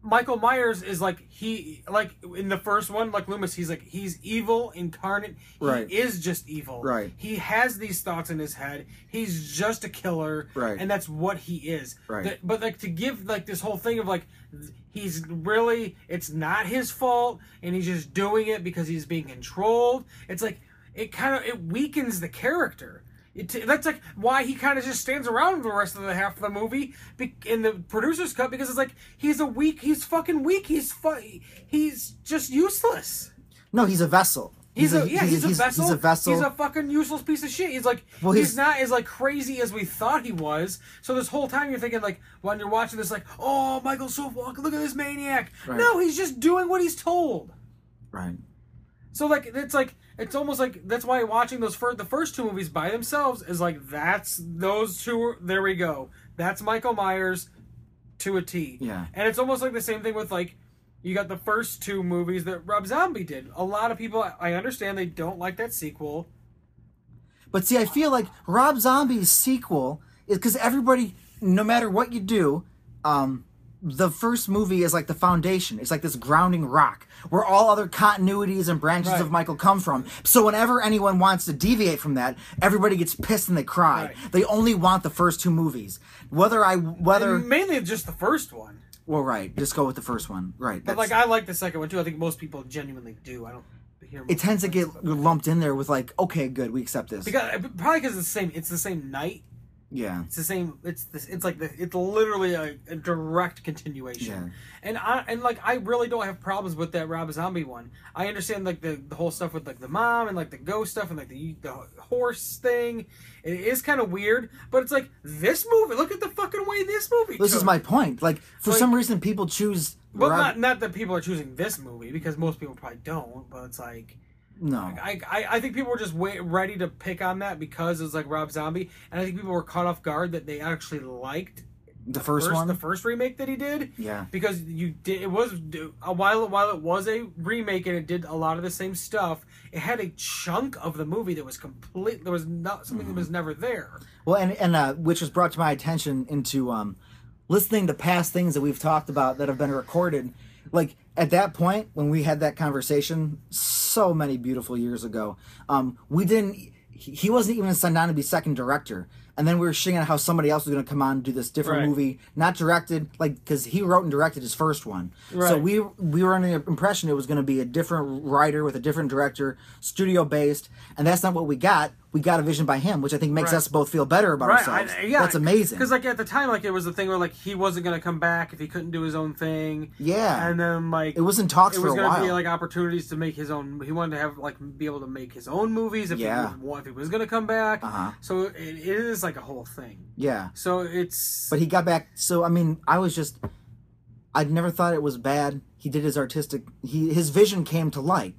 [SPEAKER 1] Michael Myers is like he like in the first one, like Loomis, he's like he's evil incarnate. He
[SPEAKER 2] Right.
[SPEAKER 1] is just evil.
[SPEAKER 2] Right.
[SPEAKER 1] He has these thoughts in his head. He's just a killer.
[SPEAKER 2] Right.
[SPEAKER 1] And that's what he is.
[SPEAKER 2] Right.
[SPEAKER 1] Th- but like to give like this whole thing of like th- he's really it's not his fault and he's just doing it because he's being controlled. It's like it kind of it weakens the character. It t- that's like why he kind of just stands around the rest of the half of the movie be- in the producer's cut because it's like he's a weak, he's fucking weak, he's fu- he's just useless.
[SPEAKER 2] No, he's a vessel.
[SPEAKER 1] He's, a, yeah, he's, a vessel.
[SPEAKER 2] He's a vessel.
[SPEAKER 1] He's a fucking useless piece of shit. He's like
[SPEAKER 2] Well,
[SPEAKER 1] he's,
[SPEAKER 2] he's-
[SPEAKER 1] not as like crazy as we thought he was. So this whole time you're thinking like when you're watching this like oh Michael so look at this maniac.
[SPEAKER 2] Right.
[SPEAKER 1] No, he's just doing what he's told.
[SPEAKER 2] right.
[SPEAKER 1] So like it's like it's almost like that's why watching those first the first two movies by themselves is like that's those two are- there we go. That's Michael Myers to a T.
[SPEAKER 2] Yeah.
[SPEAKER 1] And it's almost like the same thing with like you got the first two movies that Rob Zombie did. A lot of people I understand they don't like that sequel.
[SPEAKER 2] But see, I feel like Rob Zombie's sequel is because everybody, no matter what you do, um, the first movie is like the foundation. It's like this grounding rock where all other continuities and branches
[SPEAKER 1] Right.
[SPEAKER 2] of Michael come from. So whenever anyone wants to deviate from that, everybody gets pissed and they cry.
[SPEAKER 1] Right.
[SPEAKER 2] They only want the first two movies. Whether I whether
[SPEAKER 1] Mainly just the first one.
[SPEAKER 2] well, right, just go with the first one, right?
[SPEAKER 1] But
[SPEAKER 2] That's,
[SPEAKER 1] like I like the second one too. I think most people genuinely do. I don't hear
[SPEAKER 2] it tends to get lumped in there with like, okay, good, we accept this.
[SPEAKER 1] because probably because it's the same. It's the same night.
[SPEAKER 2] yeah,
[SPEAKER 1] It's the same. It's this. It's like the. It's literally a, a direct continuation.
[SPEAKER 2] Yeah.
[SPEAKER 1] And I and like I really don't have problems with that Rob Zombie one. I understand like the, the whole stuff with like the mom and like the ghost stuff and like the the horse thing. It is kind of weird, but it's like this movie. Look at the fucking way this movie.
[SPEAKER 2] this
[SPEAKER 1] took.
[SPEAKER 2] is my point. Like for
[SPEAKER 1] Like-
[SPEAKER 2] some reason, people choose.
[SPEAKER 1] Well,
[SPEAKER 2] Rob-
[SPEAKER 1] not not that people are choosing this movie because most people probably don't. But it's like.
[SPEAKER 2] no.
[SPEAKER 1] I, I, I think people were just wait, ready to pick on that because it was like Rob Zombie, and I think people were caught off guard that they actually liked
[SPEAKER 2] the first,
[SPEAKER 1] first,
[SPEAKER 2] one.
[SPEAKER 1] the first remake that he did.
[SPEAKER 2] yeah,
[SPEAKER 1] Because you did it was a while while it was a remake and it did a lot of the same stuff. It had a chunk of the movie that was complete. There was not something that was never there.
[SPEAKER 2] well, and and uh, which was brought to my attention into um, listening to past things that we've talked about that have been recorded. Like at that point when we had that conversation so many beautiful years ago, um, we didn't. He he wasn't even signed on to be second director, and then we were shitting on how somebody else was going to come on and do this different
[SPEAKER 1] Right.
[SPEAKER 2] movie, not directed, like because he wrote and directed his first one. So
[SPEAKER 1] Right.
[SPEAKER 2] we we were under the impression it was going to be a different writer with a different director, studio based, and that's not what we got. We got a vision by him, which I think makes
[SPEAKER 1] Right.
[SPEAKER 2] us both feel better about ourselves. that's amazing.
[SPEAKER 1] Because like at the time, like it was the thing where like he wasn't gonna come back if he couldn't do his own thing.
[SPEAKER 2] yeah,
[SPEAKER 1] And then like
[SPEAKER 2] it was in talks
[SPEAKER 1] it
[SPEAKER 2] for
[SPEAKER 1] was
[SPEAKER 2] a
[SPEAKER 1] going to
[SPEAKER 2] while.
[SPEAKER 1] be like opportunities to make his own. He wanted to have like be able to make his own movies if
[SPEAKER 2] Yeah.
[SPEAKER 1] he was, if he was going to come back.
[SPEAKER 2] Uh-huh.
[SPEAKER 1] So it, it is like a whole thing.
[SPEAKER 2] yeah,
[SPEAKER 1] So it's
[SPEAKER 2] but he got back. So I mean, I was just, I'd never thought it was bad. He did his artistic. He his vision came to light,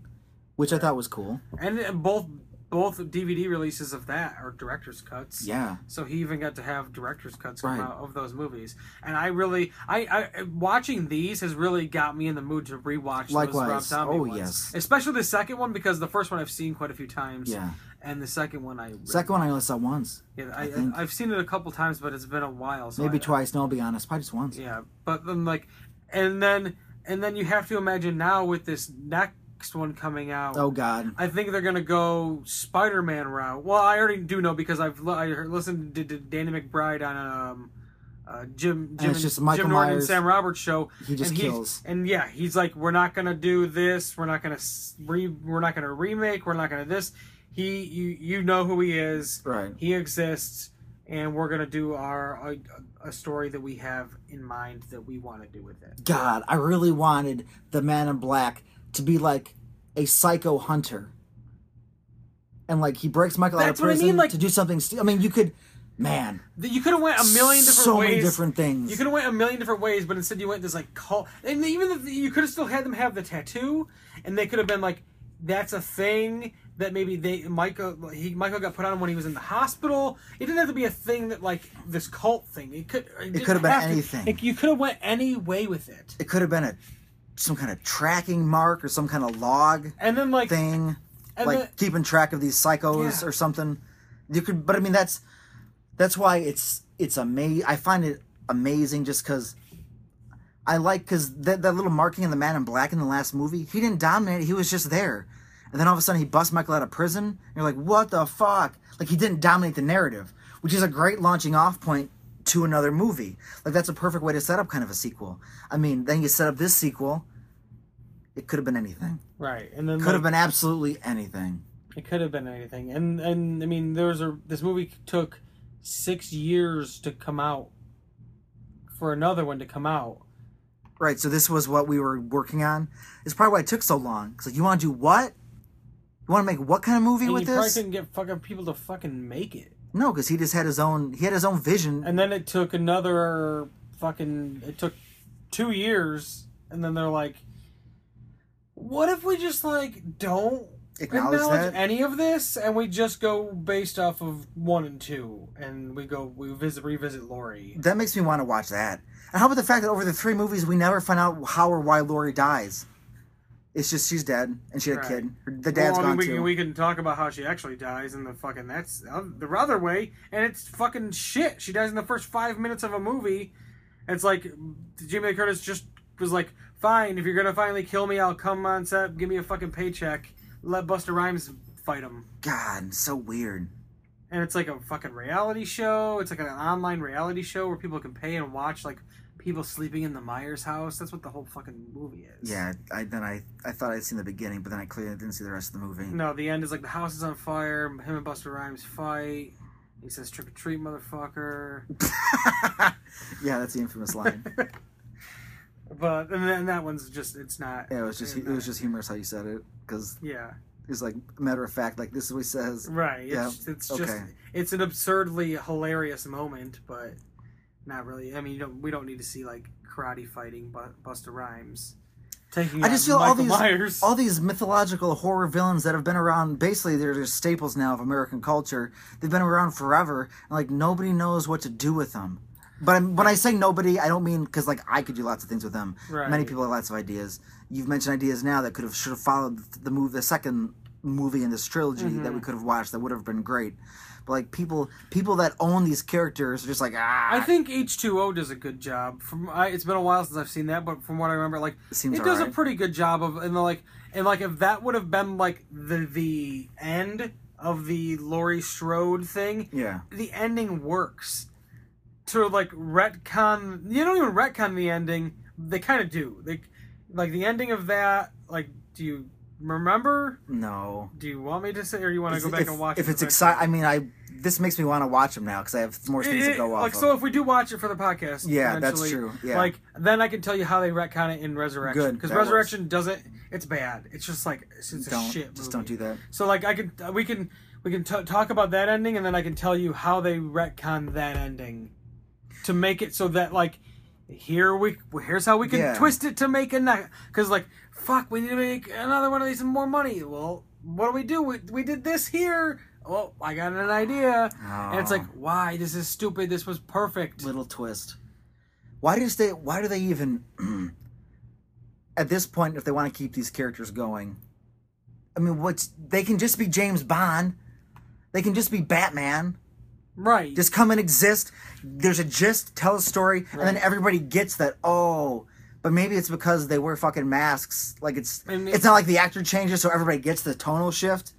[SPEAKER 2] which I thought was cool.
[SPEAKER 1] and, and both both DVD releases of that are director's cuts.
[SPEAKER 2] Yeah,
[SPEAKER 1] So he even got to have director's cuts come
[SPEAKER 2] Right.
[SPEAKER 1] out of those movies, and I really, I, I watching these has really got me in the mood to rewatch those Rob
[SPEAKER 2] Likewise.
[SPEAKER 1] Zombie
[SPEAKER 2] Oh,
[SPEAKER 1] ones.
[SPEAKER 2] yes.
[SPEAKER 1] especially the second one because the first one I've seen quite a few times,
[SPEAKER 2] yeah.
[SPEAKER 1] and the second one I really
[SPEAKER 2] Second one I only saw once,
[SPEAKER 1] Yeah,
[SPEAKER 2] I
[SPEAKER 1] I,
[SPEAKER 2] think.
[SPEAKER 1] I have seen it a couple times, but it's been a while. So
[SPEAKER 2] maybe
[SPEAKER 1] I-
[SPEAKER 2] twice. No, I'll be honest, probably just once.
[SPEAKER 1] Yeah, but then like, and then and then you have to imagine now with this next one coming out.
[SPEAKER 2] Oh God.
[SPEAKER 1] I think they're gonna go Spider-Man route. Well, I already do know because I've li- I heard, listened to, to Danny McBride on um, uh, Jim Jim
[SPEAKER 2] it's just
[SPEAKER 1] Jim
[SPEAKER 2] Michael
[SPEAKER 1] Norton and
[SPEAKER 2] Myers.
[SPEAKER 1] Sam Roberts show.
[SPEAKER 2] He just
[SPEAKER 1] and he's-
[SPEAKER 2] kills.
[SPEAKER 1] And yeah, he's like, we're not gonna do this. We're not gonna s- re- we're not gonna remake. We're not gonna this. He you you know who he is.
[SPEAKER 2] Right.
[SPEAKER 1] He exists, and we're gonna do our a, a story that we have in mind that we want to do with it.
[SPEAKER 2] God, I really wanted the Man in Black to be like a psycho hunter, and like he breaks Michael
[SPEAKER 1] That's
[SPEAKER 2] out of
[SPEAKER 1] what I
[SPEAKER 2] prison
[SPEAKER 1] mean, like-
[SPEAKER 2] to do something. St- I mean, you could, man,
[SPEAKER 1] That You could have went a million different
[SPEAKER 2] so
[SPEAKER 1] ways.
[SPEAKER 2] many different things.
[SPEAKER 1] You could have went a million different ways, but instead you went this like cult, and even the, you could have still had them have the tattoo, and they could have been like, "That's a thing that maybe they Michael he Michael got put on when he was in the hospital." It didn't have to be a thing that like this cult thing. It could it, didn't
[SPEAKER 2] could have been
[SPEAKER 1] to-
[SPEAKER 2] anything.
[SPEAKER 1] Like, you could have went any way with it,
[SPEAKER 2] it could have been a some kind of tracking mark or some kind of log
[SPEAKER 1] and then like
[SPEAKER 2] thing,
[SPEAKER 1] and
[SPEAKER 2] like
[SPEAKER 1] then-
[SPEAKER 2] keeping track of these psychos
[SPEAKER 1] Yeah.
[SPEAKER 2] or something. You could, but I mean, that's that's why it's it's amazing. I find it amazing just because I like because that, that little marking in the Man in Black in the last movie, he didn't dominate. He was just there, and then all of a sudden he busts Michael out of prison. And you're like, what the fuck? Like he didn't dominate the narrative, which is a great launching off point to another movie. Like that's a perfect way to set up kind of a sequel. I mean, then you set up this sequel. It could have been anything.
[SPEAKER 1] right, and then
[SPEAKER 2] Could
[SPEAKER 1] like,
[SPEAKER 2] have been absolutely anything.
[SPEAKER 1] It could have been anything, and and I mean, there was a this movie took six years to come out for another one to come out.
[SPEAKER 2] Right, so this was what we were working on. It's probably why it took so long. It's like, you want to do what? You want to make what kind of movie
[SPEAKER 1] And
[SPEAKER 2] with
[SPEAKER 1] you probably
[SPEAKER 2] this?
[SPEAKER 1] couldn't get fucking people to fucking make it.
[SPEAKER 2] No, because he just had his own. He had his own vision.
[SPEAKER 1] And then it took another fucking. It took two years, and then they're like, what if we just like don't
[SPEAKER 2] Acknowledge
[SPEAKER 1] acknowledge
[SPEAKER 2] that.
[SPEAKER 1] any of this and we just go based off of one and two and we go we visit revisit Lori.
[SPEAKER 2] That makes me want to watch that. And how about the fact that over the three movies, we never find out how or why Lori dies? It's just she's dead and she had
[SPEAKER 1] Right.
[SPEAKER 2] a kid. Her- The dad's
[SPEAKER 1] well, I mean,
[SPEAKER 2] gone
[SPEAKER 1] we,
[SPEAKER 2] too.
[SPEAKER 1] can- we can talk about how she actually dies in the fucking that's uh, the other way, and it's fucking shit. She dies in the first five minutes of a movie. It's like Jamie Lee Curtis just was like, "Fine, if you're gonna finally kill me, I'll come on set, give me a fucking paycheck, let Buster Rhymes fight him."
[SPEAKER 2] God, so weird.
[SPEAKER 1] and it's like a fucking reality show. It's like an online reality show where people can pay and watch like people sleeping in the Myers house. That's what the whole fucking movie is.
[SPEAKER 2] Yeah, I then I I thought I'd seen the beginning, but then I clearly didn't see the rest of the movie.
[SPEAKER 1] No, the end is like the house is on fire. Him and Buster Rhymes fight. He says trick or treat, motherfucker.
[SPEAKER 2] yeah, that's the infamous line.
[SPEAKER 1] But and then that one's just it's not.
[SPEAKER 2] Yeah, it was just it was just humorous how you said it because
[SPEAKER 1] Yeah.
[SPEAKER 2] it's like matter of fact, like this is what he says.
[SPEAKER 1] Right. It's,
[SPEAKER 2] Yeah,
[SPEAKER 1] it's just
[SPEAKER 2] okay.
[SPEAKER 1] it's an absurdly hilarious moment, but not really. I mean, you don't, we don't need to see like karate fighting Bu- Buster Rhymes taking.
[SPEAKER 2] I just
[SPEAKER 1] on
[SPEAKER 2] feel all
[SPEAKER 1] Michael
[SPEAKER 2] these
[SPEAKER 1] Myers.
[SPEAKER 2] all these mythological horror villains that have been around basically they're just staples now of American culture. They've been around forever, and like nobody knows what to do with them. But I'm, when I say nobody, I don't mean because like I could do lots of things with them. Many
[SPEAKER 1] Right.
[SPEAKER 2] people have lots of ideas. You've mentioned ideas now that could have should have followed the move the second movie in this trilogy that
[SPEAKER 1] Mm-hmm.
[SPEAKER 2] we could have watched that would have been great. But like people people that own these characters are just like ah.
[SPEAKER 1] I think H two O does a good job. From I, it's been a while since I've seen that, but from what I remember, like
[SPEAKER 2] Seems
[SPEAKER 1] it does a
[SPEAKER 2] alright.
[SPEAKER 1] pretty good job of and the, like and like if that would have been like the the end of the Laurie Strode thing,
[SPEAKER 2] yeah.
[SPEAKER 1] the ending works to like retcon. You don't even retcon the ending. They kind of do. Like like the ending of that. Like, do you remember?
[SPEAKER 2] No.
[SPEAKER 1] Do you want me to say, or you want to go back
[SPEAKER 2] if,
[SPEAKER 1] and watch?
[SPEAKER 2] if
[SPEAKER 1] it
[SPEAKER 2] it's
[SPEAKER 1] eventually?
[SPEAKER 2] exciting, I mean, I this makes me want to watch them now because I have more things
[SPEAKER 1] It-
[SPEAKER 2] to go
[SPEAKER 1] it-
[SPEAKER 2] off
[SPEAKER 1] like
[SPEAKER 2] of.
[SPEAKER 1] so if we do watch it for the podcast
[SPEAKER 2] Yeah, that's
[SPEAKER 1] eventually,
[SPEAKER 2] true. Yeah.
[SPEAKER 1] like then i can tell you how they retcon it in resurrection
[SPEAKER 2] Good,
[SPEAKER 1] because
[SPEAKER 2] that works.
[SPEAKER 1] resurrection doesn't it's bad it's just like it's, it's
[SPEAKER 2] don't
[SPEAKER 1] a shit
[SPEAKER 2] just
[SPEAKER 1] movie.
[SPEAKER 2] don't do that.
[SPEAKER 1] so like i can we can we can t- talk about that ending and then i can tell you how they retcon that ending to make it so that like here we here's how we can
[SPEAKER 2] Yeah.
[SPEAKER 1] twist it to make a because like fuck we need to make another one of these and more money well what do we do we, we did this here oh i got an idea and it's
[SPEAKER 2] Oh.
[SPEAKER 1] like why this is stupid this was perfect
[SPEAKER 2] Little twist. Why does they? Why do they even? at this point, if they want to keep these characters going, I mean, what's they can just be James Bond. They can just be Batman.
[SPEAKER 1] right
[SPEAKER 2] Just come and exist. There's a gist, tell a story, and then everybody gets that. Oh, but maybe it's because they wear fucking masks. Like it's
[SPEAKER 1] I mean-
[SPEAKER 2] it's not like the actor changes, so everybody gets the tonal shift.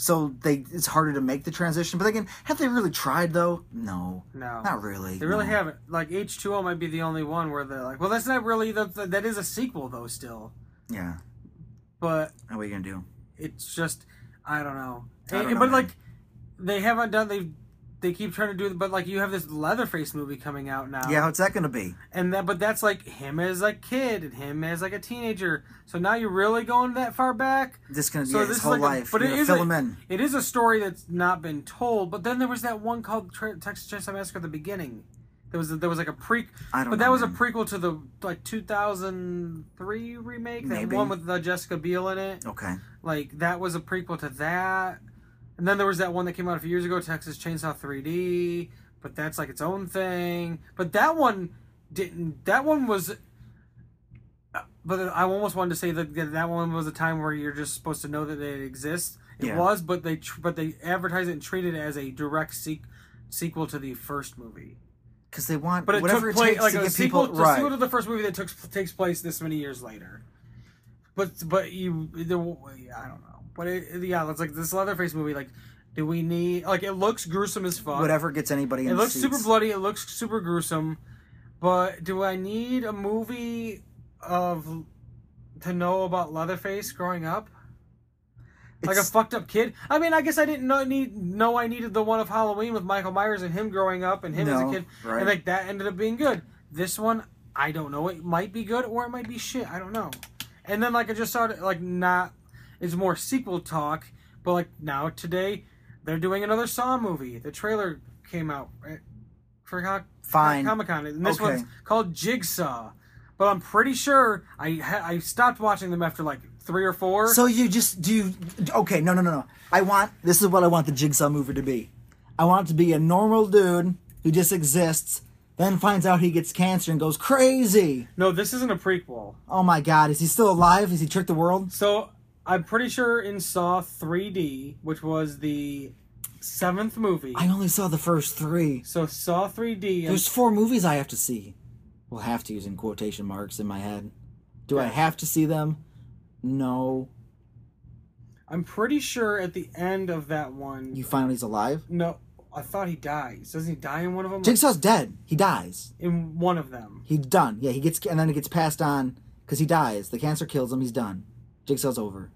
[SPEAKER 2] So they it's harder to make the transition. But again, have they really tried though? No,
[SPEAKER 1] no
[SPEAKER 2] not really.
[SPEAKER 1] they really
[SPEAKER 2] no.
[SPEAKER 1] haven't like h2o might be the only one where they're like well that's not really the, the that is a sequel though still
[SPEAKER 2] Yeah.
[SPEAKER 1] but
[SPEAKER 2] Now What are you gonna do?
[SPEAKER 1] it's just I don't know.
[SPEAKER 2] I don't
[SPEAKER 1] And-
[SPEAKER 2] know,
[SPEAKER 1] but
[SPEAKER 2] man.
[SPEAKER 1] like they haven't done they they keep trying to do it but like you have this Leatherface movie coming out now.
[SPEAKER 2] Yeah, how's that gonna be?
[SPEAKER 1] And that but that's like him as a kid and him as like a teenager. So now you're really going that far back?
[SPEAKER 2] This gonna be
[SPEAKER 1] So
[SPEAKER 2] yeah,
[SPEAKER 1] this
[SPEAKER 2] his
[SPEAKER 1] is
[SPEAKER 2] whole
[SPEAKER 1] like a-
[SPEAKER 2] life.
[SPEAKER 1] but
[SPEAKER 2] You're
[SPEAKER 1] it
[SPEAKER 2] gonna
[SPEAKER 1] is
[SPEAKER 2] fill
[SPEAKER 1] a-
[SPEAKER 2] him in.
[SPEAKER 1] It is a story that's not been told, but then there was that one called Tra- Texas Chainsaw Massacre at the beginning. There was there was like a pre
[SPEAKER 2] I don't
[SPEAKER 1] but
[SPEAKER 2] know,
[SPEAKER 1] that was a
[SPEAKER 2] man.
[SPEAKER 1] prequel to the like 2003 remake, that
[SPEAKER 2] Maybe.
[SPEAKER 1] one with the Jessica Biel in it
[SPEAKER 2] Okay.
[SPEAKER 1] like that was a prequel to that and then there was that one that came out a few years ago texas chainsaw 3d but that's like its own thing but that one didn't that one was uh, but i almost wanted to say that that that one was a time where you're just supposed to know that it exists it
[SPEAKER 2] Yeah.
[SPEAKER 1] was but they tr- but they advertised it and treated it as a direct sequ- sequel to the first movie
[SPEAKER 2] Because they want
[SPEAKER 1] but it
[SPEAKER 2] whatever
[SPEAKER 1] took place
[SPEAKER 2] it takes
[SPEAKER 1] like
[SPEAKER 2] to
[SPEAKER 1] a
[SPEAKER 2] get
[SPEAKER 1] sequel,
[SPEAKER 2] people
[SPEAKER 1] the
[SPEAKER 2] right.
[SPEAKER 1] sequel to the first movie that took takes place this many years later. But but you there, I don't know. But it, yeah, it's like this Leatherface movie. Like, do we need like it looks gruesome as fuck.
[SPEAKER 2] whatever gets anybody in
[SPEAKER 1] It
[SPEAKER 2] the
[SPEAKER 1] looks
[SPEAKER 2] seats.
[SPEAKER 1] super bloody. It looks super gruesome. But do I need a movie of to know about Leatherface growing up? Like a
[SPEAKER 2] It's-
[SPEAKER 1] fucked up kid. I mean, I guess I didn't know need know I needed the one of Halloween with Michael Myers and him growing up and him as a
[SPEAKER 2] No,
[SPEAKER 1] kid,
[SPEAKER 2] right.
[SPEAKER 1] and like that ended up being good. This one, I don't know. It might be good or it might be shit. I don't know. And then like I just saw it, like not. It's more sequel talk, but like now today, they're doing another Saw movie. The trailer came out right, for
[SPEAKER 2] Fine.
[SPEAKER 1] Comic Con, and this
[SPEAKER 2] Okay.
[SPEAKER 1] one's called Jigsaw. But I'm pretty sure I ha- I stopped watching them after like three or four.
[SPEAKER 2] So you just do you, okay? No, no, no, no. I want this is what I want the jigsaw mover to be. I want it to be a normal dude who just exists, then finds out he gets cancer and goes crazy.
[SPEAKER 1] no, this isn't a prequel.
[SPEAKER 2] Oh my god, is he still alive? Is he tricked the world?
[SPEAKER 1] So I'm pretty sure in Saw 3D, which was the seventh movie.
[SPEAKER 2] I only saw the first three.
[SPEAKER 1] so Saw 3D. And,
[SPEAKER 2] There's four movies I have to see. Well, have to use in quotation marks in my head. Do I have to see them? No.
[SPEAKER 1] I'm pretty sure at the end of that one.
[SPEAKER 2] You find out he's alive.
[SPEAKER 1] no, I thought he dies. Doesn't he die in one of them?
[SPEAKER 2] Jigsaw's dead. He dies.
[SPEAKER 1] in one of them.
[SPEAKER 2] He's done. Yeah, he gets and then it gets passed on because he dies. The cancer kills him. He's done. Jigsaw's over.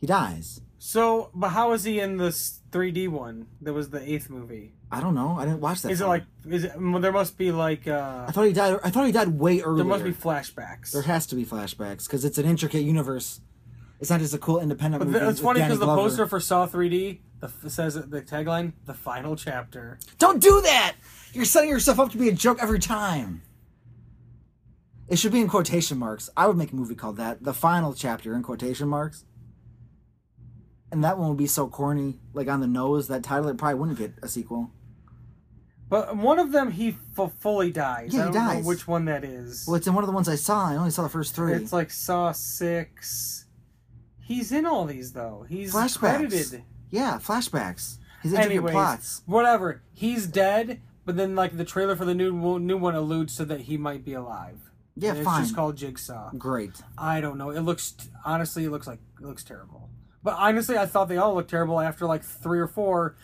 [SPEAKER 2] He dies.
[SPEAKER 1] So, but how is he in this 3D one that was the eighth movie?
[SPEAKER 2] I don't know. I didn't watch that.
[SPEAKER 1] Is it
[SPEAKER 2] far.
[SPEAKER 1] like is it? well, There must be like uh
[SPEAKER 2] I thought he died. I thought he died way earlier.
[SPEAKER 1] there must be flashbacks.
[SPEAKER 2] There has to be flashbacks because it's an intricate universe. It's not just a cool independent
[SPEAKER 1] But
[SPEAKER 2] movie.
[SPEAKER 1] th- it's
[SPEAKER 2] with
[SPEAKER 1] funny
[SPEAKER 2] Danny
[SPEAKER 1] because the
[SPEAKER 2] Glover.
[SPEAKER 1] poster for Saw 3D the, f- says the tagline "The Final Chapter."
[SPEAKER 2] Don't do that! You're setting yourself up to be a joke every time. It should be in quotation marks. I would make a movie called that. The final chapter in quotation marks. And that one would be so corny, like on the nose, that title, it probably wouldn't get a sequel.
[SPEAKER 1] But one of them, he f- fully dies.
[SPEAKER 2] Yeah,
[SPEAKER 1] I
[SPEAKER 2] he
[SPEAKER 1] don't
[SPEAKER 2] dies.
[SPEAKER 1] know which one that is.
[SPEAKER 2] Well, it's in one of the ones I saw. I only saw the first three.
[SPEAKER 1] It's like Saw Six. He's in all these though. He's
[SPEAKER 2] flashbacks.
[SPEAKER 1] credited.
[SPEAKER 2] Yeah, flashbacks. He's intricate
[SPEAKER 1] Anyways,
[SPEAKER 2] plots.
[SPEAKER 1] whatever. He's dead. But then, like the trailer for the new wo- new one alludes to that he might be alive.
[SPEAKER 2] Yeah,
[SPEAKER 1] And it's
[SPEAKER 2] fine.
[SPEAKER 1] just called Jigsaw.
[SPEAKER 2] Great.
[SPEAKER 1] I don't know. It looks t- honestly, it looks like it looks terrible. But honestly, I thought they all looked terrible after like three or four.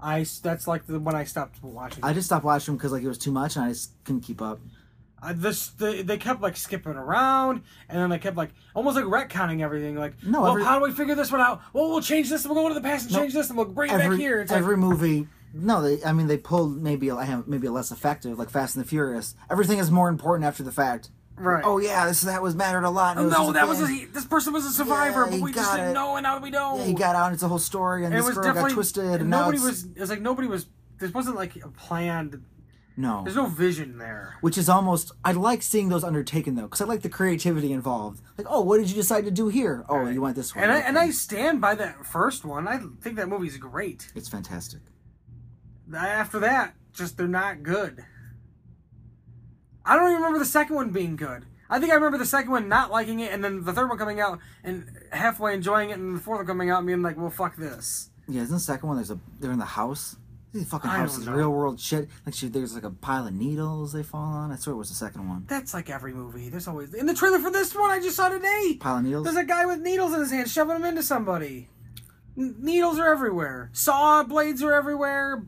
[SPEAKER 1] I s- that's like the when I stopped watching.
[SPEAKER 2] I just stopped watching them because like it was too much and I just couldn't keep up.
[SPEAKER 1] I, this the, they kept like skipping around, and then they kept like almost like retconning everything. Like,
[SPEAKER 2] No,
[SPEAKER 1] well,
[SPEAKER 2] every-
[SPEAKER 1] how do we figure this one out? Well, we'll change this, and we'll go into the past and change this, and we'll bring it back
[SPEAKER 2] every,
[SPEAKER 1] here. It's like,
[SPEAKER 2] every movie no they i mean they pulled maybe i have maybe less effective like fast and the furious everything is more important after the fact
[SPEAKER 1] right? Oh,
[SPEAKER 2] oh yeah this that was mattered a lot and it
[SPEAKER 1] no,
[SPEAKER 2] just
[SPEAKER 1] that
[SPEAKER 2] a
[SPEAKER 1] was
[SPEAKER 2] thing.
[SPEAKER 1] a, this person was a survivor,
[SPEAKER 2] Yeah,
[SPEAKER 1] but
[SPEAKER 2] he
[SPEAKER 1] we just
[SPEAKER 2] got
[SPEAKER 1] didn't
[SPEAKER 2] it.
[SPEAKER 1] know, and now we know.
[SPEAKER 2] Yeah, he got out it's a whole story and
[SPEAKER 1] And it
[SPEAKER 2] this
[SPEAKER 1] was
[SPEAKER 2] girl got
[SPEAKER 1] definitely
[SPEAKER 2] twisted and now
[SPEAKER 1] nobody
[SPEAKER 2] it's,
[SPEAKER 1] was. It's like nobody was. This wasn't like a planned.
[SPEAKER 2] no
[SPEAKER 1] There's no vision there.
[SPEAKER 2] which is almost i like seeing those undertaken though because i like the creativity involved like oh what did you decide to do here oh you went this way
[SPEAKER 1] And I, and I
[SPEAKER 2] Okay.
[SPEAKER 1] stand by that first one. I think that movie's great.
[SPEAKER 2] it's fantastic
[SPEAKER 1] After that, just they're not good. I don't even remember the second one being good. I think I remember the second one not liking it, and then the third one coming out and halfway enjoying it, and the fourth one coming out and being like, "Well, fuck this."
[SPEAKER 2] yeah isn't the second one there's a they're in the house these fucking
[SPEAKER 1] I
[SPEAKER 2] houses
[SPEAKER 1] don't know.
[SPEAKER 2] real world shit like she, there's like a pile of needles they fall on i swear it was the second one
[SPEAKER 1] That's like every movie. There's always in the trailer for this one I just saw today.
[SPEAKER 2] pile of needles
[SPEAKER 1] There's a guy with needles in his hand shoving them into somebody. N- needles are everywhere. Saw blades are everywhere.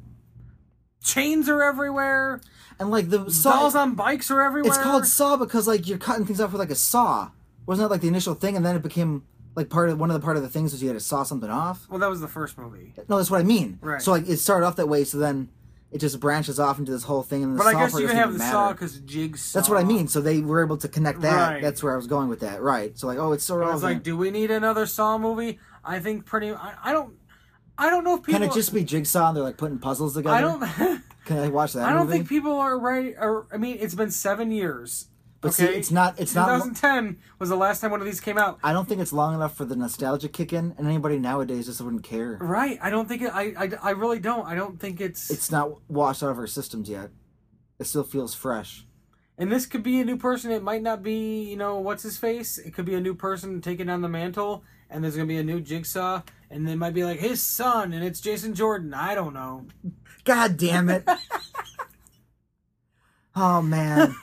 [SPEAKER 1] Chains are everywhere.
[SPEAKER 2] And like the saw,
[SPEAKER 1] Dolls on bikes are everywhere.
[SPEAKER 2] it's called saw because like you're cutting things off with like a saw. Wasn't that like the initial thing, and then it became like part of one of the part of the things was you had to saw something off.
[SPEAKER 1] Well, that was the first movie.
[SPEAKER 2] No, that's what I mean.
[SPEAKER 1] Right.
[SPEAKER 2] So like it started off that way, so then it just branches off into this whole thing, and the
[SPEAKER 1] But
[SPEAKER 2] saw
[SPEAKER 1] I guess
[SPEAKER 2] part
[SPEAKER 1] you can
[SPEAKER 2] doesn't
[SPEAKER 1] have
[SPEAKER 2] even
[SPEAKER 1] the
[SPEAKER 2] matter.
[SPEAKER 1] saw because jigsaw.
[SPEAKER 2] That's what I mean. So they were able to connect that.
[SPEAKER 1] Right.
[SPEAKER 2] That's where I was going with that. Right. So like, oh, it's so
[SPEAKER 1] It's like,
[SPEAKER 2] relevant.
[SPEAKER 1] do we need another Saw movie? I think pretty. I, I don't. I don't know if people.
[SPEAKER 2] Can it just be jigsaw? And they're like putting puzzles together.
[SPEAKER 1] I don't. I
[SPEAKER 2] Can I watch that?
[SPEAKER 1] don't
[SPEAKER 2] movie?
[SPEAKER 1] think people are ready. Or, I mean, it's been seven years.
[SPEAKER 2] But see,
[SPEAKER 1] okay?
[SPEAKER 2] it's not- it's not-
[SPEAKER 1] 2010 was the last time one of these came out.
[SPEAKER 2] I don't think it's long enough for the nostalgia kick in, and anybody nowadays just wouldn't care.
[SPEAKER 1] Right. I don't think it, I, I. I really don't. I don't think it's,
[SPEAKER 2] it's not washed out of our systems yet. It still feels fresh.
[SPEAKER 1] And this could be a new person. It might not be. You know what's his face. It could be a new person taking on the mantle. And there's gonna be a new jigsaw. And they might be like his son, and it's Jason Jordan. I don't know.
[SPEAKER 2] God damn it. oh man.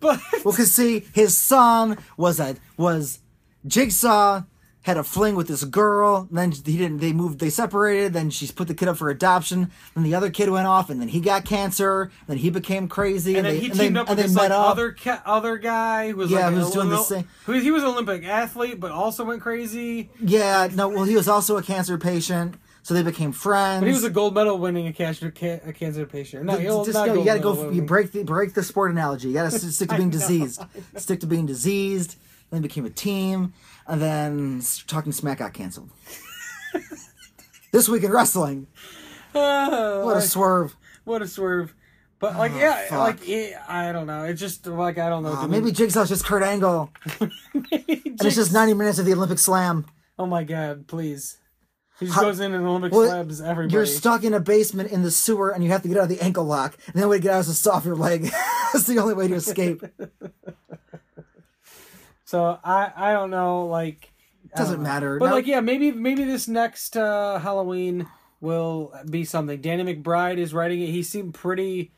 [SPEAKER 1] But
[SPEAKER 2] Well, cause see, his son was a was Jigsaw had a fling with this girl. Then he didn't. They moved. They separated. Then she's put the kid up for adoption. Then the other kid went off, and then he got cancer. Then he became crazy,
[SPEAKER 1] and then
[SPEAKER 2] they
[SPEAKER 1] he
[SPEAKER 2] and
[SPEAKER 1] teamed
[SPEAKER 2] they,
[SPEAKER 1] up
[SPEAKER 2] and
[SPEAKER 1] with
[SPEAKER 2] they
[SPEAKER 1] this
[SPEAKER 2] met
[SPEAKER 1] like
[SPEAKER 2] up.
[SPEAKER 1] other ca- other guy who was
[SPEAKER 2] Yeah,
[SPEAKER 1] like
[SPEAKER 2] who's
[SPEAKER 1] an
[SPEAKER 2] doing the
[SPEAKER 1] Olymp-
[SPEAKER 2] same-
[SPEAKER 1] who- he was an Olympic athlete, but also went crazy.
[SPEAKER 2] yeah, no. Well, he was also a cancer patient, so they became friends.
[SPEAKER 1] He was a gold medal winning a cancer ca- a cancer patient. No, he'll
[SPEAKER 2] just,
[SPEAKER 1] not
[SPEAKER 2] no, you
[SPEAKER 1] gold
[SPEAKER 2] gotta
[SPEAKER 1] medal
[SPEAKER 2] go.
[SPEAKER 1] winning.
[SPEAKER 2] You break the break the sport analogy. You gotta s- stick to being diseased. Stick to being diseased. Then became a team, and then s- talking smack got canceled. this week in wrestling,
[SPEAKER 1] Ah,
[SPEAKER 2] what a swerve!
[SPEAKER 1] what a swerve! But like,
[SPEAKER 2] Oh,
[SPEAKER 1] yeah,
[SPEAKER 2] fuck.
[SPEAKER 1] like it, I don't know. It's just like I don't know.
[SPEAKER 2] Uh,
[SPEAKER 1] dude.
[SPEAKER 2] maybe Jigsaw's just Kurt Angle, and it's just 90 minutes of the Olympic Slam.
[SPEAKER 1] oh my god, please. He just
[SPEAKER 2] How-
[SPEAKER 1] goes in and Olympic
[SPEAKER 2] Well,
[SPEAKER 1] slabs everybody.
[SPEAKER 2] You're stuck in a basement in the sewer, and you have to get out of the ankle lock. And the only way to get out is to stop your leg. That's the only way to escape.
[SPEAKER 1] So I I don't know. Like I
[SPEAKER 2] Doesn't
[SPEAKER 1] don't know.
[SPEAKER 2] matter.
[SPEAKER 1] But
[SPEAKER 2] Now-
[SPEAKER 1] like yeah, maybe maybe this next uh, Halloween will be something. Danny McBride is writing it. He seemed pretty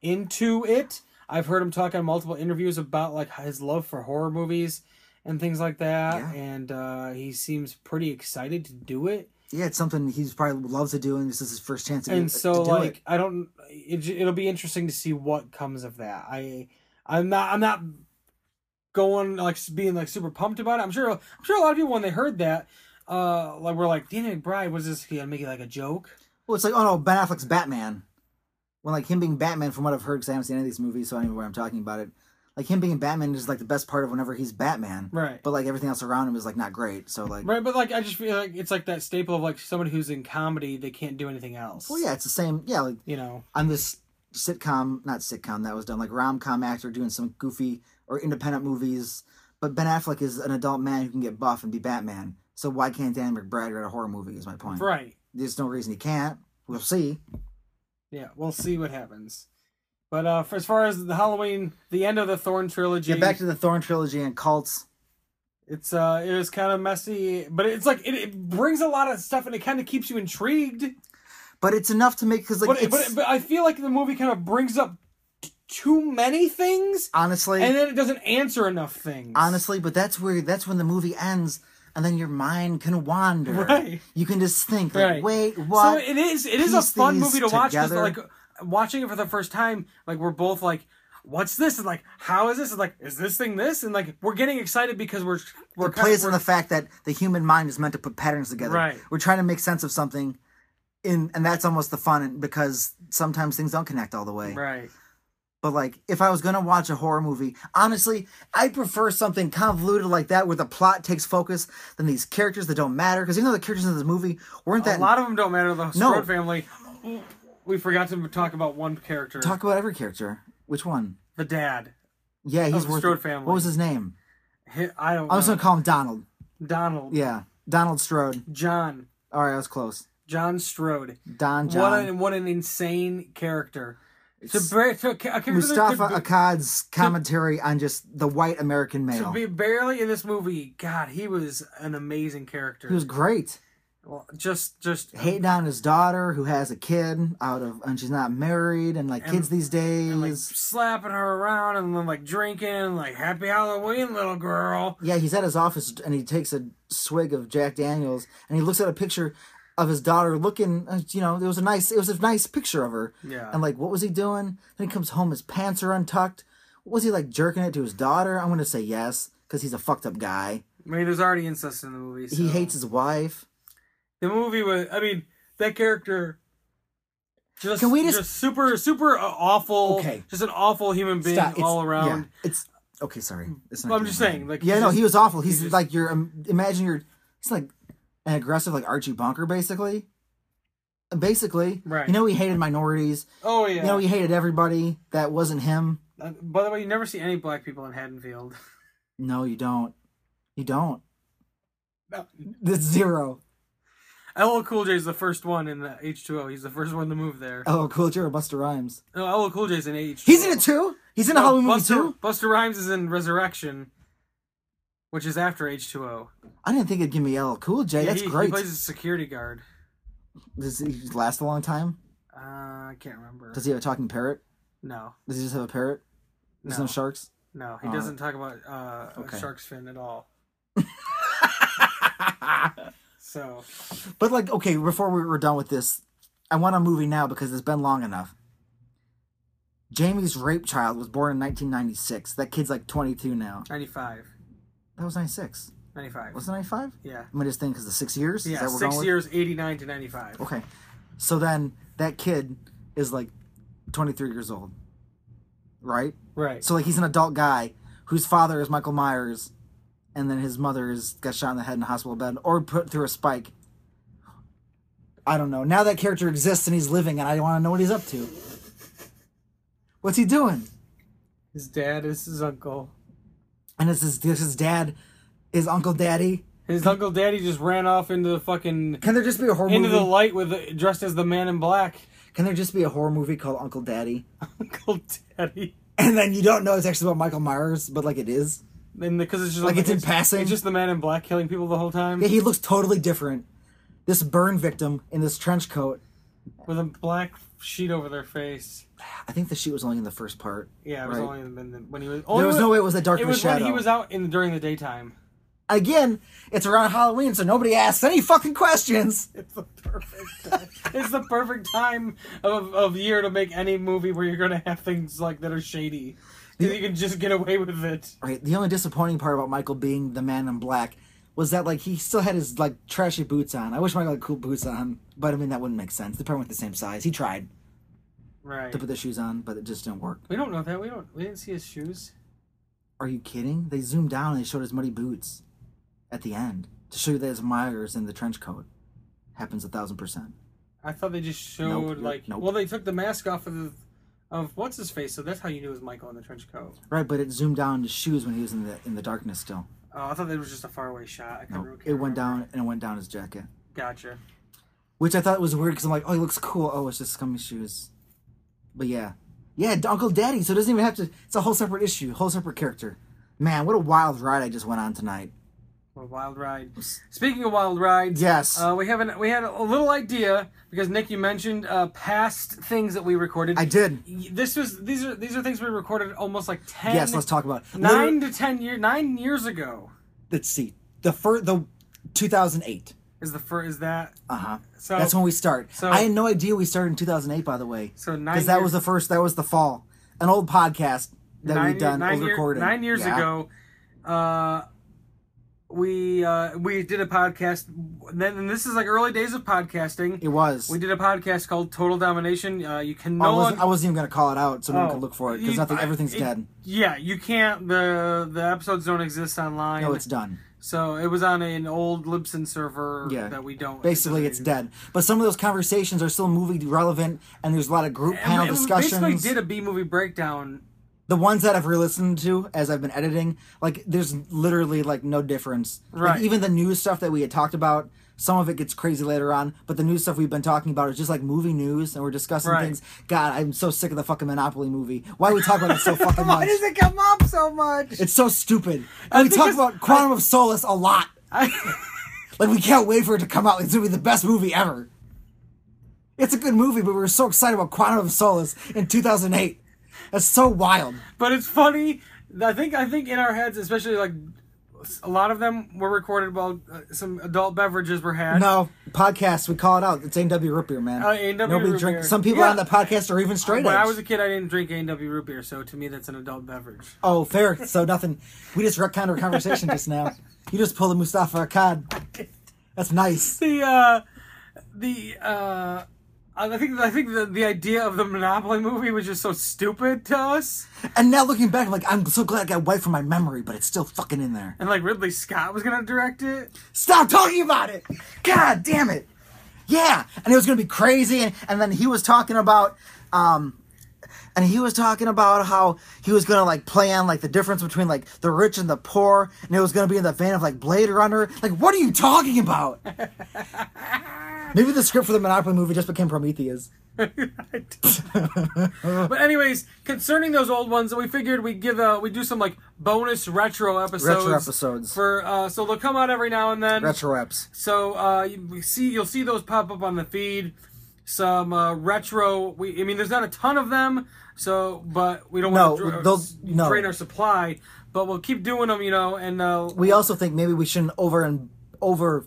[SPEAKER 1] into it. I've heard him talk on multiple interviews about like his love for horror movies and things like that,
[SPEAKER 2] Yeah.
[SPEAKER 1] and uh, he seems pretty excited to do it.
[SPEAKER 2] yeah, it's something he's probably loves to do, and this is his first chance. To
[SPEAKER 1] and
[SPEAKER 2] get-
[SPEAKER 1] so
[SPEAKER 2] to do
[SPEAKER 1] like
[SPEAKER 2] it.
[SPEAKER 1] i don't it, j- it'll be interesting to see what comes of that i i'm not i'm not going like s- being like super pumped about it i'm sure i'm sure a lot of people when they heard that uh like were like danny mcbride was this gonna make it like a joke
[SPEAKER 2] well, it's like oh no, Ben Affleck's Batman. When like him being Batman, from what I've heard, because I haven't seen any of these movies, so I don't even know where I'm talking about it. Like him being Batman is like the best part of whenever he's Batman.
[SPEAKER 1] right
[SPEAKER 2] But like everything else around him is like not great. So like,
[SPEAKER 1] right but like i just feel like it's like that staple of like someone who's in comedy they can't do anything else
[SPEAKER 2] well, yeah, it's the same. Yeah, like
[SPEAKER 1] you know
[SPEAKER 2] I'm this sitcom, not sitcom that was done like rom com actor doing some goofy or independent movies. But Ben Affleck is an adult man who can get buff and be Batman. So why can't Dan McBride write a horror movie? Is my point.
[SPEAKER 1] right
[SPEAKER 2] There's no reason he can't. We'll see.
[SPEAKER 1] yeah we'll see what happens but uh for, as far as the halloween the end of the thorn trilogy
[SPEAKER 2] Get back to the Thorn trilogy and cults.
[SPEAKER 1] It's uh, it was kind of messy, but it's like it, it brings a lot of stuff and it kind of keeps you intrigued.
[SPEAKER 2] But it's enough to make because like
[SPEAKER 1] but,
[SPEAKER 2] it's,
[SPEAKER 1] but but I feel like the movie kind of brings up t- too many things,
[SPEAKER 2] honestly,
[SPEAKER 1] and then it doesn't answer enough things.
[SPEAKER 2] honestly. But that's where that's when the movie ends, and then your mind can wander.
[SPEAKER 1] Right.
[SPEAKER 2] You can just think like,
[SPEAKER 1] Right.
[SPEAKER 2] wait, what?
[SPEAKER 1] So it is it is a
[SPEAKER 2] Piece
[SPEAKER 1] fun
[SPEAKER 2] these
[SPEAKER 1] movie to watch because
[SPEAKER 2] together.
[SPEAKER 1] like watching it for the first time, like we're both like, what's this? And like, how is this? And like, is this thing this? And like, we're getting excited because we're we're
[SPEAKER 2] We're
[SPEAKER 1] kind
[SPEAKER 2] plays
[SPEAKER 1] of,
[SPEAKER 2] on the fact that the human mind is meant to put patterns together.
[SPEAKER 1] Right.
[SPEAKER 2] We're trying to make sense of something, in and that's almost the fun because sometimes things don't connect all the way.
[SPEAKER 1] right.
[SPEAKER 2] But like, if I was gonna watch a horror movie, honestly, I prefer something convoluted like that where the plot takes focus than these characters that don't matter. Because even though the characters in this movie weren't that
[SPEAKER 1] A lot of them don't matter. The
[SPEAKER 2] No.
[SPEAKER 1] Strode family. We forgot to talk about one character.
[SPEAKER 2] talk about every character. Which one?
[SPEAKER 1] The dad.
[SPEAKER 2] Yeah, he's
[SPEAKER 1] the
[SPEAKER 2] worth.
[SPEAKER 1] Strode family. Uh,
[SPEAKER 2] What was his name?
[SPEAKER 1] Hi- I don't
[SPEAKER 2] I was
[SPEAKER 1] know.
[SPEAKER 2] gonna call him Donald.
[SPEAKER 1] Donald.
[SPEAKER 2] Yeah, Donald Strode.
[SPEAKER 1] John.
[SPEAKER 2] All right, I was close.
[SPEAKER 1] John Strode.
[SPEAKER 2] Don John.
[SPEAKER 1] What an what an insane character. To, bar- to a ca- a character
[SPEAKER 2] Mustafa
[SPEAKER 1] that could,
[SPEAKER 2] Akkad's commentary on just the white American
[SPEAKER 1] be- to
[SPEAKER 2] male.
[SPEAKER 1] be barely in this movie, God, he was an amazing character.
[SPEAKER 2] he was great.
[SPEAKER 1] Well, just just
[SPEAKER 2] Hating on his daughter who has a kid out of and she's not married and like kids these days.
[SPEAKER 1] like slapping her around and then like drinking and like happy Halloween, little girl.
[SPEAKER 2] yeah, he's at his office and he takes a swig of Jack Daniels and he looks at a picture of his daughter looking. uh, You know, it was a nice, it was a nice picture of her.
[SPEAKER 1] Yeah.
[SPEAKER 2] And like, what was he doing? Then he comes home, his pants are untucked. Was he like jerking it to his daughter? I'm gonna say yes because he's a fucked up guy.
[SPEAKER 1] I mean, there's already incest in the movie. So.
[SPEAKER 2] He hates his wife.
[SPEAKER 1] the movie. Was I mean that character. Just,
[SPEAKER 2] Can we
[SPEAKER 1] just,
[SPEAKER 2] just-
[SPEAKER 1] super super awful
[SPEAKER 2] Okay.
[SPEAKER 1] just an awful human being
[SPEAKER 2] Stop, it's-
[SPEAKER 1] all around
[SPEAKER 2] yeah, it's okay. Sorry, it's
[SPEAKER 1] But I'm
[SPEAKER 2] good.
[SPEAKER 1] just saying, like,
[SPEAKER 2] yeah,
[SPEAKER 1] he's
[SPEAKER 2] no,
[SPEAKER 1] just-
[SPEAKER 2] he was awful. He's
[SPEAKER 1] he's just-
[SPEAKER 2] like your um, imagine you're. He's like an aggressive, like Archie Bunker, basically. Basically,
[SPEAKER 1] Right.
[SPEAKER 2] You know, he hated minorities.
[SPEAKER 1] Oh yeah.
[SPEAKER 2] You know, he hated everybody that wasn't him.
[SPEAKER 1] Uh, by the way, you never see any black people in Haddonfield.
[SPEAKER 2] No, you don't. You don't.
[SPEAKER 1] No.
[SPEAKER 2] That's zero.
[SPEAKER 1] LL Cool J is the first one in the H2O. He's the first one to move there.
[SPEAKER 2] Oh, cool. You're a Buster Rhymes.
[SPEAKER 1] No, LL Cool J is in H.
[SPEAKER 2] He's in it too. He's in a Halloween movie
[SPEAKER 1] Buster,
[SPEAKER 2] too.
[SPEAKER 1] Buster Rhymes is in Resurrection, which is after H2O.
[SPEAKER 2] I didn't think it'd give me L. Cool J.
[SPEAKER 1] Yeah,
[SPEAKER 2] That's
[SPEAKER 1] he, He
[SPEAKER 2] great.
[SPEAKER 1] plays a security guard.
[SPEAKER 2] Does he last a long time?
[SPEAKER 1] Uh, I can't remember.
[SPEAKER 2] Does he have a talking parrot?
[SPEAKER 1] No,
[SPEAKER 2] Does he just have a parrot? There's no,
[SPEAKER 1] No.
[SPEAKER 2] sharks.
[SPEAKER 1] no, he
[SPEAKER 2] Uh,
[SPEAKER 1] doesn't talk about uh,
[SPEAKER 2] okay.
[SPEAKER 1] Shark's Fin at all. so,
[SPEAKER 2] But like, okay, before we were done with this, I want a movie now because it's been long enough. Jamie's rape child was born in 1996. That kid's like 22 now.
[SPEAKER 1] 95.
[SPEAKER 2] That was 96.
[SPEAKER 1] 95.
[SPEAKER 2] Was it 95?
[SPEAKER 1] yeah.
[SPEAKER 2] I'm gonna just think because the six years.
[SPEAKER 1] Yeah,
[SPEAKER 2] Is that what we're
[SPEAKER 1] six
[SPEAKER 2] going Oh.
[SPEAKER 1] years, 89 to 95.
[SPEAKER 2] With? Okay. So then that kid is like 23 years old, right?
[SPEAKER 1] Right.
[SPEAKER 2] So like he's an adult guy whose father is Michael Myers, and then his mother is got shot in the head in a hospital bed or put through a spike. I don't know. Now that character exists and he's living, and I want to know what he's up to. What's he doing?
[SPEAKER 1] His dad is his uncle.
[SPEAKER 2] And this is this is dad, his uncle daddy.
[SPEAKER 1] His uncle daddy just ran off into the fucking
[SPEAKER 2] Can there just be a horror
[SPEAKER 1] into
[SPEAKER 2] movie?
[SPEAKER 1] the light with the, dressed as the man in black.
[SPEAKER 2] Can there just be a horror movie called Uncle Daddy?
[SPEAKER 1] Uncle daddy.
[SPEAKER 2] And then you don't know it's actually about Michael Myers, but like it is.
[SPEAKER 1] And because it's just
[SPEAKER 2] Like it's in passing?
[SPEAKER 1] It's just the man in black killing people the whole time
[SPEAKER 2] Yeah, he looks totally different. This burn victim in this trench coat.
[SPEAKER 1] with a black sheet over their face.
[SPEAKER 2] I think the sheet was only in the first part.
[SPEAKER 1] Yeah, it was
[SPEAKER 2] right?
[SPEAKER 1] only when, the- when he was.
[SPEAKER 2] There
[SPEAKER 1] only
[SPEAKER 2] was
[SPEAKER 1] when-
[SPEAKER 2] no way it was that dark
[SPEAKER 1] It
[SPEAKER 2] of a
[SPEAKER 1] was when
[SPEAKER 2] shadow.
[SPEAKER 1] he was out in during the daytime.
[SPEAKER 2] Again, it's around Halloween, so nobody asks any fucking questions.
[SPEAKER 1] It's the perfect time. it's the perfect time of, of year to make any movie where you're gonna have things like that are shady. 'Cause you can just get away with it.
[SPEAKER 2] Right. The only disappointing part about Michael being the man in black was that like he still had his like trashy boots on. I wish Michael had cool boots on, but I mean that wouldn't make sense. They probably weren't the same size. He tried
[SPEAKER 1] Right.
[SPEAKER 2] to put the shoes on, but it just didn't work.
[SPEAKER 1] We don't know that. We don't. We didn't see his shoes.
[SPEAKER 2] Are you kidding? They zoomed down and they showed his muddy boots at the end to show you that his Myers in the trench coat happens a thousand percent.
[SPEAKER 1] I thought they just
[SPEAKER 2] Nope,
[SPEAKER 1] showed
[SPEAKER 2] nope,
[SPEAKER 1] like.
[SPEAKER 2] nope.
[SPEAKER 1] Well, they took the mask off of the, of what's his face. So that's how you knew it was Michael in the trench coat.
[SPEAKER 2] Right, but it zoomed down to shoes when he was in the in the darkness still.
[SPEAKER 1] Oh, I thought that was just a faraway shot. I
[SPEAKER 2] No,
[SPEAKER 1] couldn't,
[SPEAKER 2] it went down and it went down his jacket,
[SPEAKER 1] Gotcha.
[SPEAKER 2] which I thought was weird because I'm like, oh, he looks cool. Oh, it's just scummy shoes. But yeah, yeah, D- Uncle Daddy. So it doesn't even have to. It's a whole separate issue, whole separate character. Man, what a wild ride I just went on tonight.
[SPEAKER 1] Well, wild ride. Speaking of wild rides,
[SPEAKER 2] Yes.
[SPEAKER 1] uh, we have an, we had a little idea because Nick, you mentioned uh, past things that we recorded.
[SPEAKER 2] I did.
[SPEAKER 1] This was these are these are things we recorded almost like ten.
[SPEAKER 2] Yes, let's talk about it.
[SPEAKER 1] nine
[SPEAKER 2] Literally-
[SPEAKER 1] to ten years nine years ago
[SPEAKER 2] Let's see. The first, the 2008.
[SPEAKER 1] is the first is that
[SPEAKER 2] Uh huh.
[SPEAKER 1] so
[SPEAKER 2] That's when we start.
[SPEAKER 1] so-
[SPEAKER 2] I had no idea we started in 2008, by the way.
[SPEAKER 1] so nine
[SPEAKER 2] Because that
[SPEAKER 1] years-
[SPEAKER 2] was the first, that was the fall. An old podcast that
[SPEAKER 1] nine
[SPEAKER 2] we've done,
[SPEAKER 1] year- nine
[SPEAKER 2] old
[SPEAKER 1] year-
[SPEAKER 2] recording.
[SPEAKER 1] nine years
[SPEAKER 2] Yeah.
[SPEAKER 1] ago. Uh, we uh, we did a podcast. Then and this is like early days of podcasting.
[SPEAKER 2] It was.
[SPEAKER 1] We did a podcast called Total Domination. Uh, you can
[SPEAKER 2] I,
[SPEAKER 1] no
[SPEAKER 2] wasn't,
[SPEAKER 1] longer.
[SPEAKER 2] I wasn't even going to call it out so no one
[SPEAKER 1] Oh,
[SPEAKER 2] could look for it
[SPEAKER 1] you-
[SPEAKER 2] because nothing,
[SPEAKER 1] I-
[SPEAKER 2] everything's
[SPEAKER 1] it-
[SPEAKER 2] dead.
[SPEAKER 1] Yeah, you can't. The the episodes don't exist online.
[SPEAKER 2] No, it's done.
[SPEAKER 1] so it was on an old Libsyn server
[SPEAKER 2] Yeah.
[SPEAKER 1] that we don't.
[SPEAKER 2] Basically, it's dead. But some of those conversations are still movie relevant, and there's a lot of group
[SPEAKER 1] And we-
[SPEAKER 2] panel
[SPEAKER 1] and we
[SPEAKER 2] discussions.
[SPEAKER 1] basically did a B movie breakdown.
[SPEAKER 2] the ones that I've re-listened to as I've been editing, like there's literally like no difference. Like,
[SPEAKER 1] Right.
[SPEAKER 2] even the news stuff that we had talked about, some of it gets crazy later on, but the news stuff we've been talking about is just like movie news, and we're discussing
[SPEAKER 1] Right.
[SPEAKER 2] things. God, I'm so sick of the fucking Monopoly movie. Why we talk about it so fucking much?
[SPEAKER 1] it come up so much?
[SPEAKER 2] It's so stupid. And we talk
[SPEAKER 1] because-
[SPEAKER 2] about Quantum of Solace a lot.
[SPEAKER 1] I,
[SPEAKER 2] Like we can't wait for it to come out. It's gonna be the best movie ever. It's a good movie, but we were so excited about Quantum of Solace in 2008. That's so wild.
[SPEAKER 1] but it's funny. I think I think in our heads, especially like a lot of them were recorded while uh, some adult beverages were had.
[SPEAKER 2] No podcast. We call it out. It's A&W Root Beer, man.
[SPEAKER 1] Uh, A&W
[SPEAKER 2] Nobody
[SPEAKER 1] root
[SPEAKER 2] drink-
[SPEAKER 1] beer.
[SPEAKER 2] Some people
[SPEAKER 1] Yeah.
[SPEAKER 2] on the podcast are even straight
[SPEAKER 1] When I
[SPEAKER 2] edge.
[SPEAKER 1] was a kid, I didn't drink A&W root beer, so to me, that's an adult beverage.
[SPEAKER 2] oh, fair. So nothing. We just wrecked kind of a conversation just now. You just pulled a Mustafa Akkad. That's nice.
[SPEAKER 1] the uh, the uh, I think I think the, the idea of the Monopoly movie was just so stupid to us,
[SPEAKER 2] And now looking back, I'm like, I'm so glad I got wiped from my memory, but it's still fucking in there.
[SPEAKER 1] and like Ridley Scott was gonna direct it.
[SPEAKER 2] Stop talking about it. God damn it. Yeah, and it was gonna be crazy, and, and then he was talking about, um, and he was talking about how he was gonna like play on like the difference between like the rich and the poor, and it was gonna be in the vein of like Blade Runner. Like, what are you talking about? Maybe the script for the Monopoly movie just became Prometheus.
[SPEAKER 1] but anyways, concerning those old ones, we figured we would give uh we do some like bonus retro episodes.
[SPEAKER 2] Retro episodes.
[SPEAKER 1] for uh, so they'll come out every now and then.
[SPEAKER 2] Retro reps.
[SPEAKER 1] So uh, you we see, you'll see those pop up on the feed. Some uh, retro. We, I mean, there's not a ton of them, so but we don't
[SPEAKER 2] No,
[SPEAKER 1] want to
[SPEAKER 2] those- no.
[SPEAKER 1] drain our supply. But we'll keep doing them, you know. And uh,
[SPEAKER 2] We also think maybe we shouldn't over and over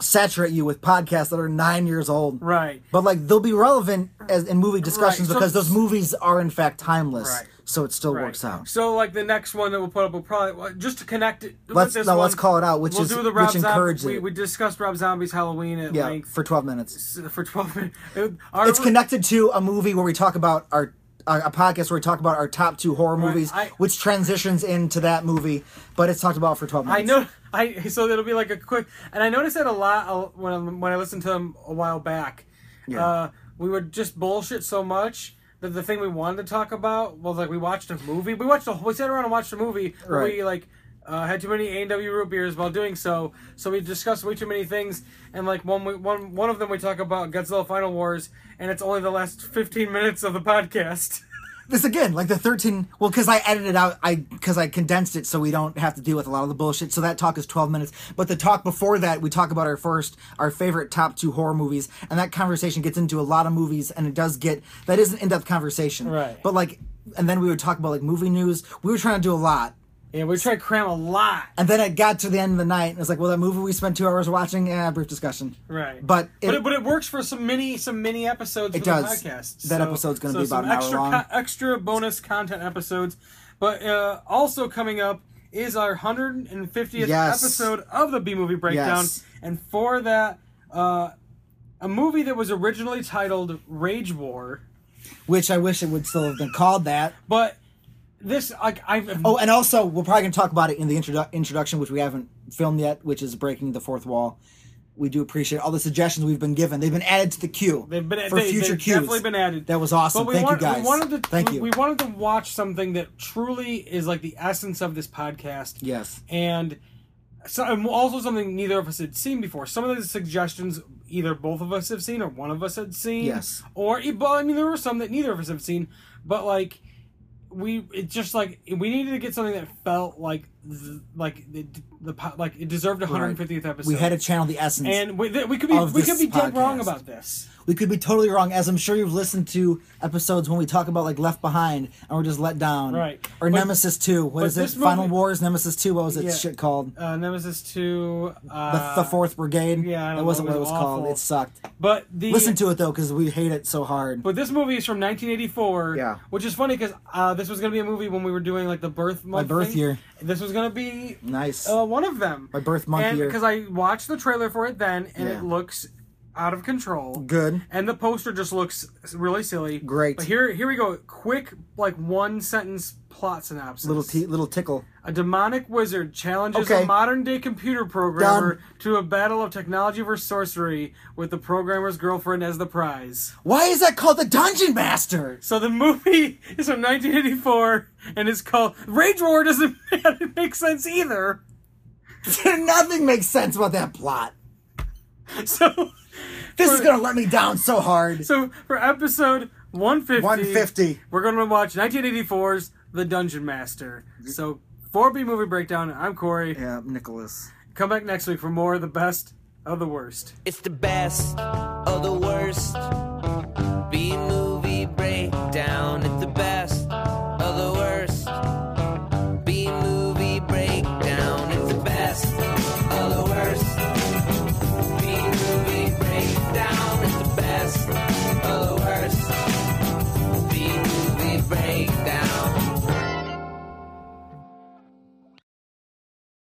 [SPEAKER 2] saturate you with podcasts that are nine years old.
[SPEAKER 1] right,
[SPEAKER 2] But like they'll be relevant as in movie discussions
[SPEAKER 1] so-
[SPEAKER 2] because those movies are in fact timeless.
[SPEAKER 1] Right.
[SPEAKER 2] So it still works
[SPEAKER 1] right.
[SPEAKER 2] out.
[SPEAKER 1] So like the next one that we'll put up, we'll probably well, just to connect it. with
[SPEAKER 2] Let's-
[SPEAKER 1] this
[SPEAKER 2] no, let's
[SPEAKER 1] one,
[SPEAKER 2] call it out, which
[SPEAKER 1] we'll
[SPEAKER 2] is-
[SPEAKER 1] do the Rob
[SPEAKER 2] which encourages
[SPEAKER 1] Zombie.
[SPEAKER 2] it.
[SPEAKER 1] We, we discussed Rob Zombie's Halloween at
[SPEAKER 2] Yeah,
[SPEAKER 1] length
[SPEAKER 2] for 12 minutes.
[SPEAKER 1] for twelve minutes. It- our-
[SPEAKER 2] It's connected to a movie where we talk about our uh, a podcast where we talk about our top two horror movies,
[SPEAKER 1] I-
[SPEAKER 2] which transitions into that movie, but it's talked about for 12 minutes.
[SPEAKER 1] I know. I so it'll be like a quick. And I noticed that a lot uh, when I, when I listened to them a while back. Uh, we would just bullshit so much the, the thing we wanted to talk about was like we watched a movie. We watched a we sat around and watched a movie. but
[SPEAKER 2] Right.
[SPEAKER 1] We like uh, had too many A and W root beers while doing so, so we discussed way too many things. And like one we, one one of them we talk about Godzilla Final Wars, and it's only the last fifteen minutes of the podcast.
[SPEAKER 2] This again, like the 13. Well, because I edited out, I because I condensed it so we don't have to deal with a lot of the bullshit. So that talk is 12 minutes. But the talk before that, we talk about our first, our favorite top two horror movies, and that conversation gets into a lot of movies, and it does get that is an in depth conversation.
[SPEAKER 1] Right.
[SPEAKER 2] But like, and then we would talk about like movie news. We were trying to do a lot.
[SPEAKER 1] yeah, we try to cram a lot.
[SPEAKER 2] And then it got to the end of the night, and it's like, well, that movie we spent two hours watching, eh, brief discussion.
[SPEAKER 1] Right.
[SPEAKER 2] But
[SPEAKER 1] but
[SPEAKER 2] it-
[SPEAKER 1] it, but it works for some mini some mini episodes it for
[SPEAKER 2] does.
[SPEAKER 1] the podcast.
[SPEAKER 2] That episode's gonna
[SPEAKER 1] so
[SPEAKER 2] be about
[SPEAKER 1] some
[SPEAKER 2] an hour
[SPEAKER 1] extra
[SPEAKER 2] long.
[SPEAKER 1] co- extra bonus content episodes. But uh, also coming up is our 150th
[SPEAKER 2] Yes.
[SPEAKER 1] episode of the B movie breakdown
[SPEAKER 2] Yes.
[SPEAKER 1] and for that uh, a movie that was originally titled Rage War,
[SPEAKER 2] Which I wish it would still have been called that.
[SPEAKER 1] but this like I've
[SPEAKER 2] Oh, and also we're probably gonna talk about it in the introdu- introduction, which we haven't filmed yet, which is breaking the fourth wall. We do appreciate all the suggestions we've been given. They've been added to the queue
[SPEAKER 1] They've been
[SPEAKER 2] for
[SPEAKER 1] they,
[SPEAKER 2] future
[SPEAKER 1] they've
[SPEAKER 2] cues.
[SPEAKER 1] Definitely been added.
[SPEAKER 2] That was awesome.
[SPEAKER 1] But we
[SPEAKER 2] Thank
[SPEAKER 1] want-
[SPEAKER 2] you guys.
[SPEAKER 1] We wanted to,
[SPEAKER 2] Thank
[SPEAKER 1] we,
[SPEAKER 2] you.
[SPEAKER 1] We wanted to watch something that truly is like the essence of this podcast.
[SPEAKER 2] Yes.
[SPEAKER 1] And so, and also something neither of us had seen before. Some of the suggestions either both of us have seen or one of us had seen.
[SPEAKER 2] Yes.
[SPEAKER 1] Or but I mean there were some that neither of us have seen, but like we it's just like we needed to get something that felt like th- like the, the po- like it deserved a 150th episode.
[SPEAKER 2] We had to channel the essence.
[SPEAKER 1] and we, th- we could be
[SPEAKER 2] of
[SPEAKER 1] we
[SPEAKER 2] this
[SPEAKER 1] could be dead wrong
[SPEAKER 2] podcast.
[SPEAKER 1] about this.
[SPEAKER 2] we could be totally wrong, as I'm sure you've listened to episodes when we talk about like Left Behind and we're just let down,
[SPEAKER 1] Right.
[SPEAKER 2] Or
[SPEAKER 1] But-
[SPEAKER 2] Nemesis Two. What is it?
[SPEAKER 1] this
[SPEAKER 2] Final
[SPEAKER 1] movie-
[SPEAKER 2] Wars, Nemesis Two. What was that
[SPEAKER 1] Yeah.
[SPEAKER 2] shit called?
[SPEAKER 1] uh, Nemesis Two.
[SPEAKER 2] The,
[SPEAKER 1] Uh,
[SPEAKER 2] the Fourth Brigade.
[SPEAKER 1] yeah, I don't
[SPEAKER 2] that wasn't
[SPEAKER 1] know, it
[SPEAKER 2] what it
[SPEAKER 1] was
[SPEAKER 2] was called.
[SPEAKER 1] awful.
[SPEAKER 2] It sucked.
[SPEAKER 1] But the
[SPEAKER 2] Listen to it though, because we hate it so hard.
[SPEAKER 1] But this movie is from 1984.
[SPEAKER 2] Yeah.
[SPEAKER 1] Which is funny because uh, this was gonna be a movie when we were doing like the birth month.
[SPEAKER 2] birth
[SPEAKER 1] thing.
[SPEAKER 2] year.
[SPEAKER 1] This was gonna be
[SPEAKER 2] nice.
[SPEAKER 1] uh, one of them.
[SPEAKER 2] My birth month year.
[SPEAKER 1] Because I watched the trailer for it then, and
[SPEAKER 2] Yeah.
[SPEAKER 1] it looks out of control.
[SPEAKER 2] Good.
[SPEAKER 1] And the poster just looks really silly.
[SPEAKER 2] Great.
[SPEAKER 1] But here, here we go. Quick, like one sentence plot synopsis.
[SPEAKER 2] Little t- little tickle.
[SPEAKER 1] A demonic wizard challenges
[SPEAKER 2] Okay.
[SPEAKER 1] a modern day computer programmer to a battle of technology versus sorcery with the programmer's girlfriend as the prize.
[SPEAKER 2] Why is that called the Dungeon Master?
[SPEAKER 1] So the movie is from 1984 and is called Rage War doesn't make sense either.
[SPEAKER 2] Nothing makes sense about that plot.
[SPEAKER 1] So
[SPEAKER 2] This is gonna let me down so hard.
[SPEAKER 1] so for episode 150
[SPEAKER 2] 150.
[SPEAKER 1] we're going to watch 1984's The Dungeon Master. So 4B movie breakdown. I'm Corey.
[SPEAKER 2] Yeah, Nicholas.
[SPEAKER 1] Come back next week for more of the best of the worst.
[SPEAKER 3] It's the best of the worst. B movie.